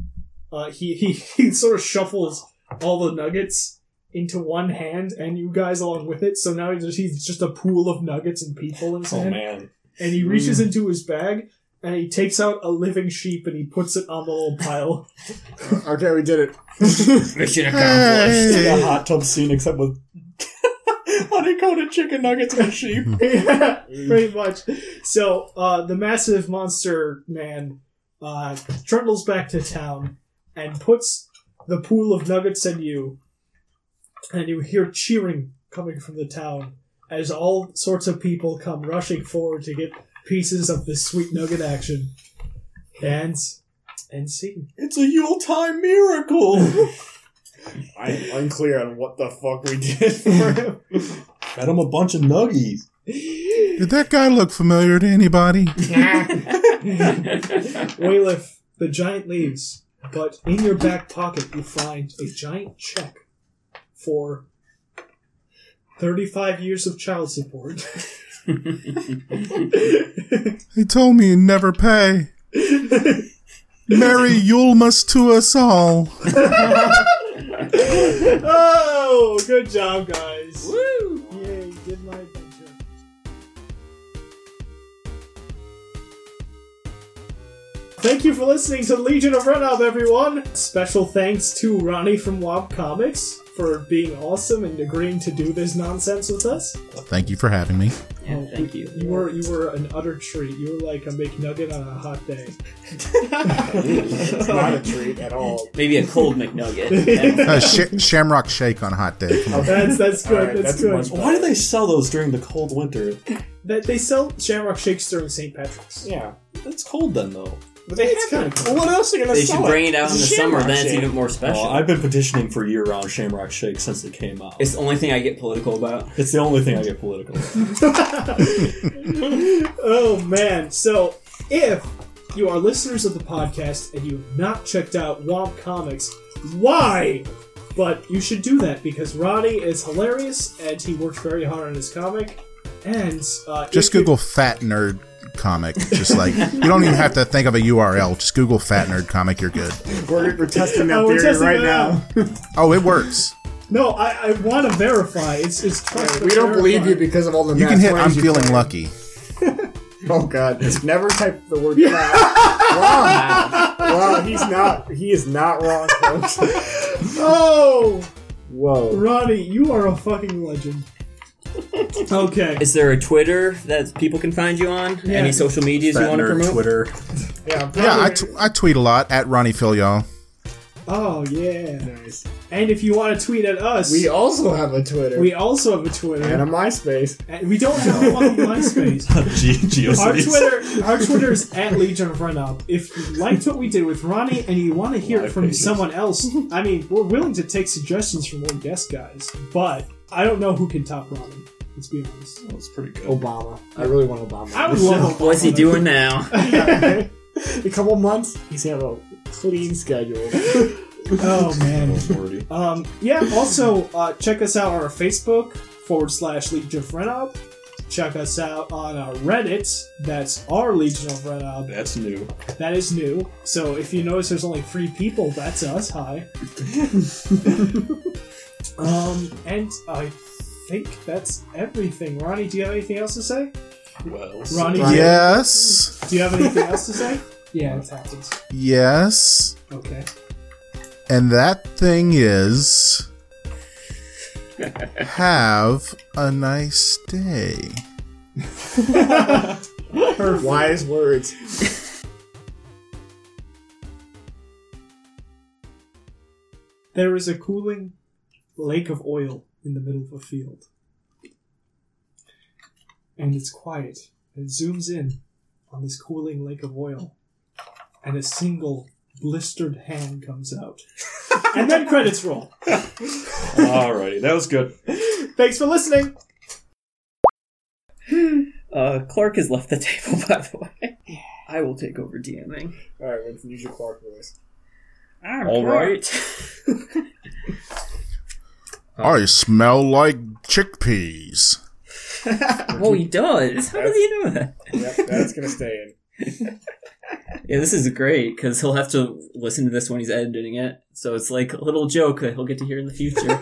S2: uh, he he <laughs> he sort of shuffles all the nuggets into one hand and you guys along with it. So now he's just, he's just a pool of nuggets and people in his
S5: Oh
S2: hand.
S5: man,
S2: And he reaches into his bag and he takes out a living sheep and he puts it on the little pile.
S6: okay, we did it.
S4: Mission accomplished.
S5: it's like a
S1: Hey.
S5: hot tub scene except with
S2: <laughs>
S5: honeycombed chicken nuggets and a sheep.
S2: yeah, pretty much. So uh, the massive monster man uh, trundles back to town and puts the pool of nuggets in you, and you hear cheering coming from the town as all sorts of people come rushing forward to get pieces of this sweet nugget action. And and see.
S5: It's a Yule time <laughs> miracle.
S6: I'm unclear on what the fuck we did for him.
S5: <laughs> Fed him a bunch of nuggies.
S1: Did that guy look familiar to anybody?
S2: Waylif, the giant leaves, but in your back pocket you find a giant check for 35 years of child support.
S1: He told me he'd never pay. Merry Yulmus to us all.
S2: <laughs> oh, good job, guys. Woo! Yay, did my adventure. Thank you for listening to Legion of Renob, everyone! Special thanks to Ronnie from Wob Comics for being awesome and agreeing to do this nonsense with us.
S1: Thank you for having me.
S8: Yeah, thank you.
S2: You were you were an utter treat. You were like a McNugget on a hot
S6: <laughs>
S2: day.
S6: It's not a treat at all.
S8: Maybe a cold McNugget.
S4: <laughs>
S1: Uh, sh- shamrock shake on a hot day. Come on.
S2: That's that's good.
S6: Alright,
S2: that's,
S6: that's
S2: good.
S6: much-
S5: Why do they sell those during the cold winter?
S2: That they sell Shamrock Shakes during St. Patrick's.
S6: Yeah.
S5: It's cold then though.
S6: But they
S2: It's
S6: have
S2: kinda
S6: it. Well, what else are you gonna
S8: they
S6: sell
S8: should bring it out in the
S6: Shamrock
S8: summer, then it's
S6: shake.
S8: even more special.
S5: Well, Oh, I've been petitioning for year-round Shamrock Shake since it came out.
S8: it's the only thing I get political about.
S5: It's the only thing I get political. about.
S2: <laughs> oh man! So if you are listeners of the podcast and you've not checked out Womp Comics, why? But you should do that because Ronnie is hilarious and he worked very hard on his comic. And uh,
S1: Just
S2: if you-
S1: Google fat nerd comic. Just like you don't even have to think of a URL. Just Google fat nerd comic. You're good.
S6: We're, we're testing that
S2: Oh, we're
S6: theory
S2: testing
S6: right
S2: that
S6: now.
S2: out.
S1: Oh, it works.
S2: No, I, I want to verify. It's it's trust.
S6: We
S2: but
S6: don't believe
S2: verify.
S6: you because of all the
S1: You can
S6: nat
S1: hit.
S6: 20s
S1: I'm
S6: you
S1: feeling
S6: played.
S1: lucky.
S6: Oh god, never type the word wow. wow, he's not. He is not wrong, folks.
S2: Oh,
S6: Whoa.
S2: Ronnie, you are a fucking
S6: <laughs>
S2: legend. Okay.
S8: Is there a Twitter that people can find you on?
S2: Yeah.
S8: Any social medias you want to promote?
S5: <laughs> Twitter.
S6: Yeah,
S1: Yeah, I, t- I tweet a lot at Ronnie Filio.
S2: Oh yeah. And if you want to tweet at us,
S6: We
S2: we,
S6: also have a Twitter
S2: also have a
S6: and a
S2: Twitter.
S6: MySpace.
S2: And we don't have a
S6: <laughs>
S2: fucking MySpace.
S5: Ge-
S2: Our
S5: GeoCities.
S2: Twitter, our Twitter is at Legion of Renob. If you liked what we did with Ronnie and you want to hear it
S5: Live
S2: from
S5: pages.
S2: someone else, I mean, we're willing to take suggestions from more guest guys, but I don't know who can top Ronnie. Let's be honest.
S5: That was pretty good.
S6: Obama. I really want Obama.
S2: I would
S6: <laughs>
S2: love.
S8: What's he doing now?
S6: a couple months. He's gonna have a
S2: <laughs>
S6: clean schedule.
S2: Oh man.
S5: <laughs> Lordy.
S2: Um, yeah, also uh, check us out on our Facebook forward slash Legion of Renob. Check us out on our Reddit. That's our Legion of Renob.
S5: That's new.
S2: That is new. So if you notice there's only three people, that's us. Hi. um, and I think that's everything. Ronnie, do you have anything else to say?
S5: Well,
S2: Ronnie, do you-
S1: Yes.
S2: do you have anything else to say? Yeah, it's happened.
S1: Yes.
S2: Okay.
S1: And that thing is. Have a nice day.
S6: Wise words.
S2: There is a cooling lake of oil in the middle of a field. And it's quiet. It zooms in on this cooling lake of oil. And a single blistered hand comes
S6: <laughs>
S2: out. and then credits roll.
S5: alrighty, that was good.
S2: Thanks for listening.
S7: Uh, Clark has left the table, by the way. I will take over DMing.
S6: All right, Winston, use your Clark voice.
S4: All right.
S1: I smell like chickpeas.
S4: <laughs> Oh, he does. How does he know that?
S6: Yep, that's gonna stay in.
S4: Yeah, this is great because he'll have to listen to this when he's editing it. So it's like a little joke that he'll get to hear in the future.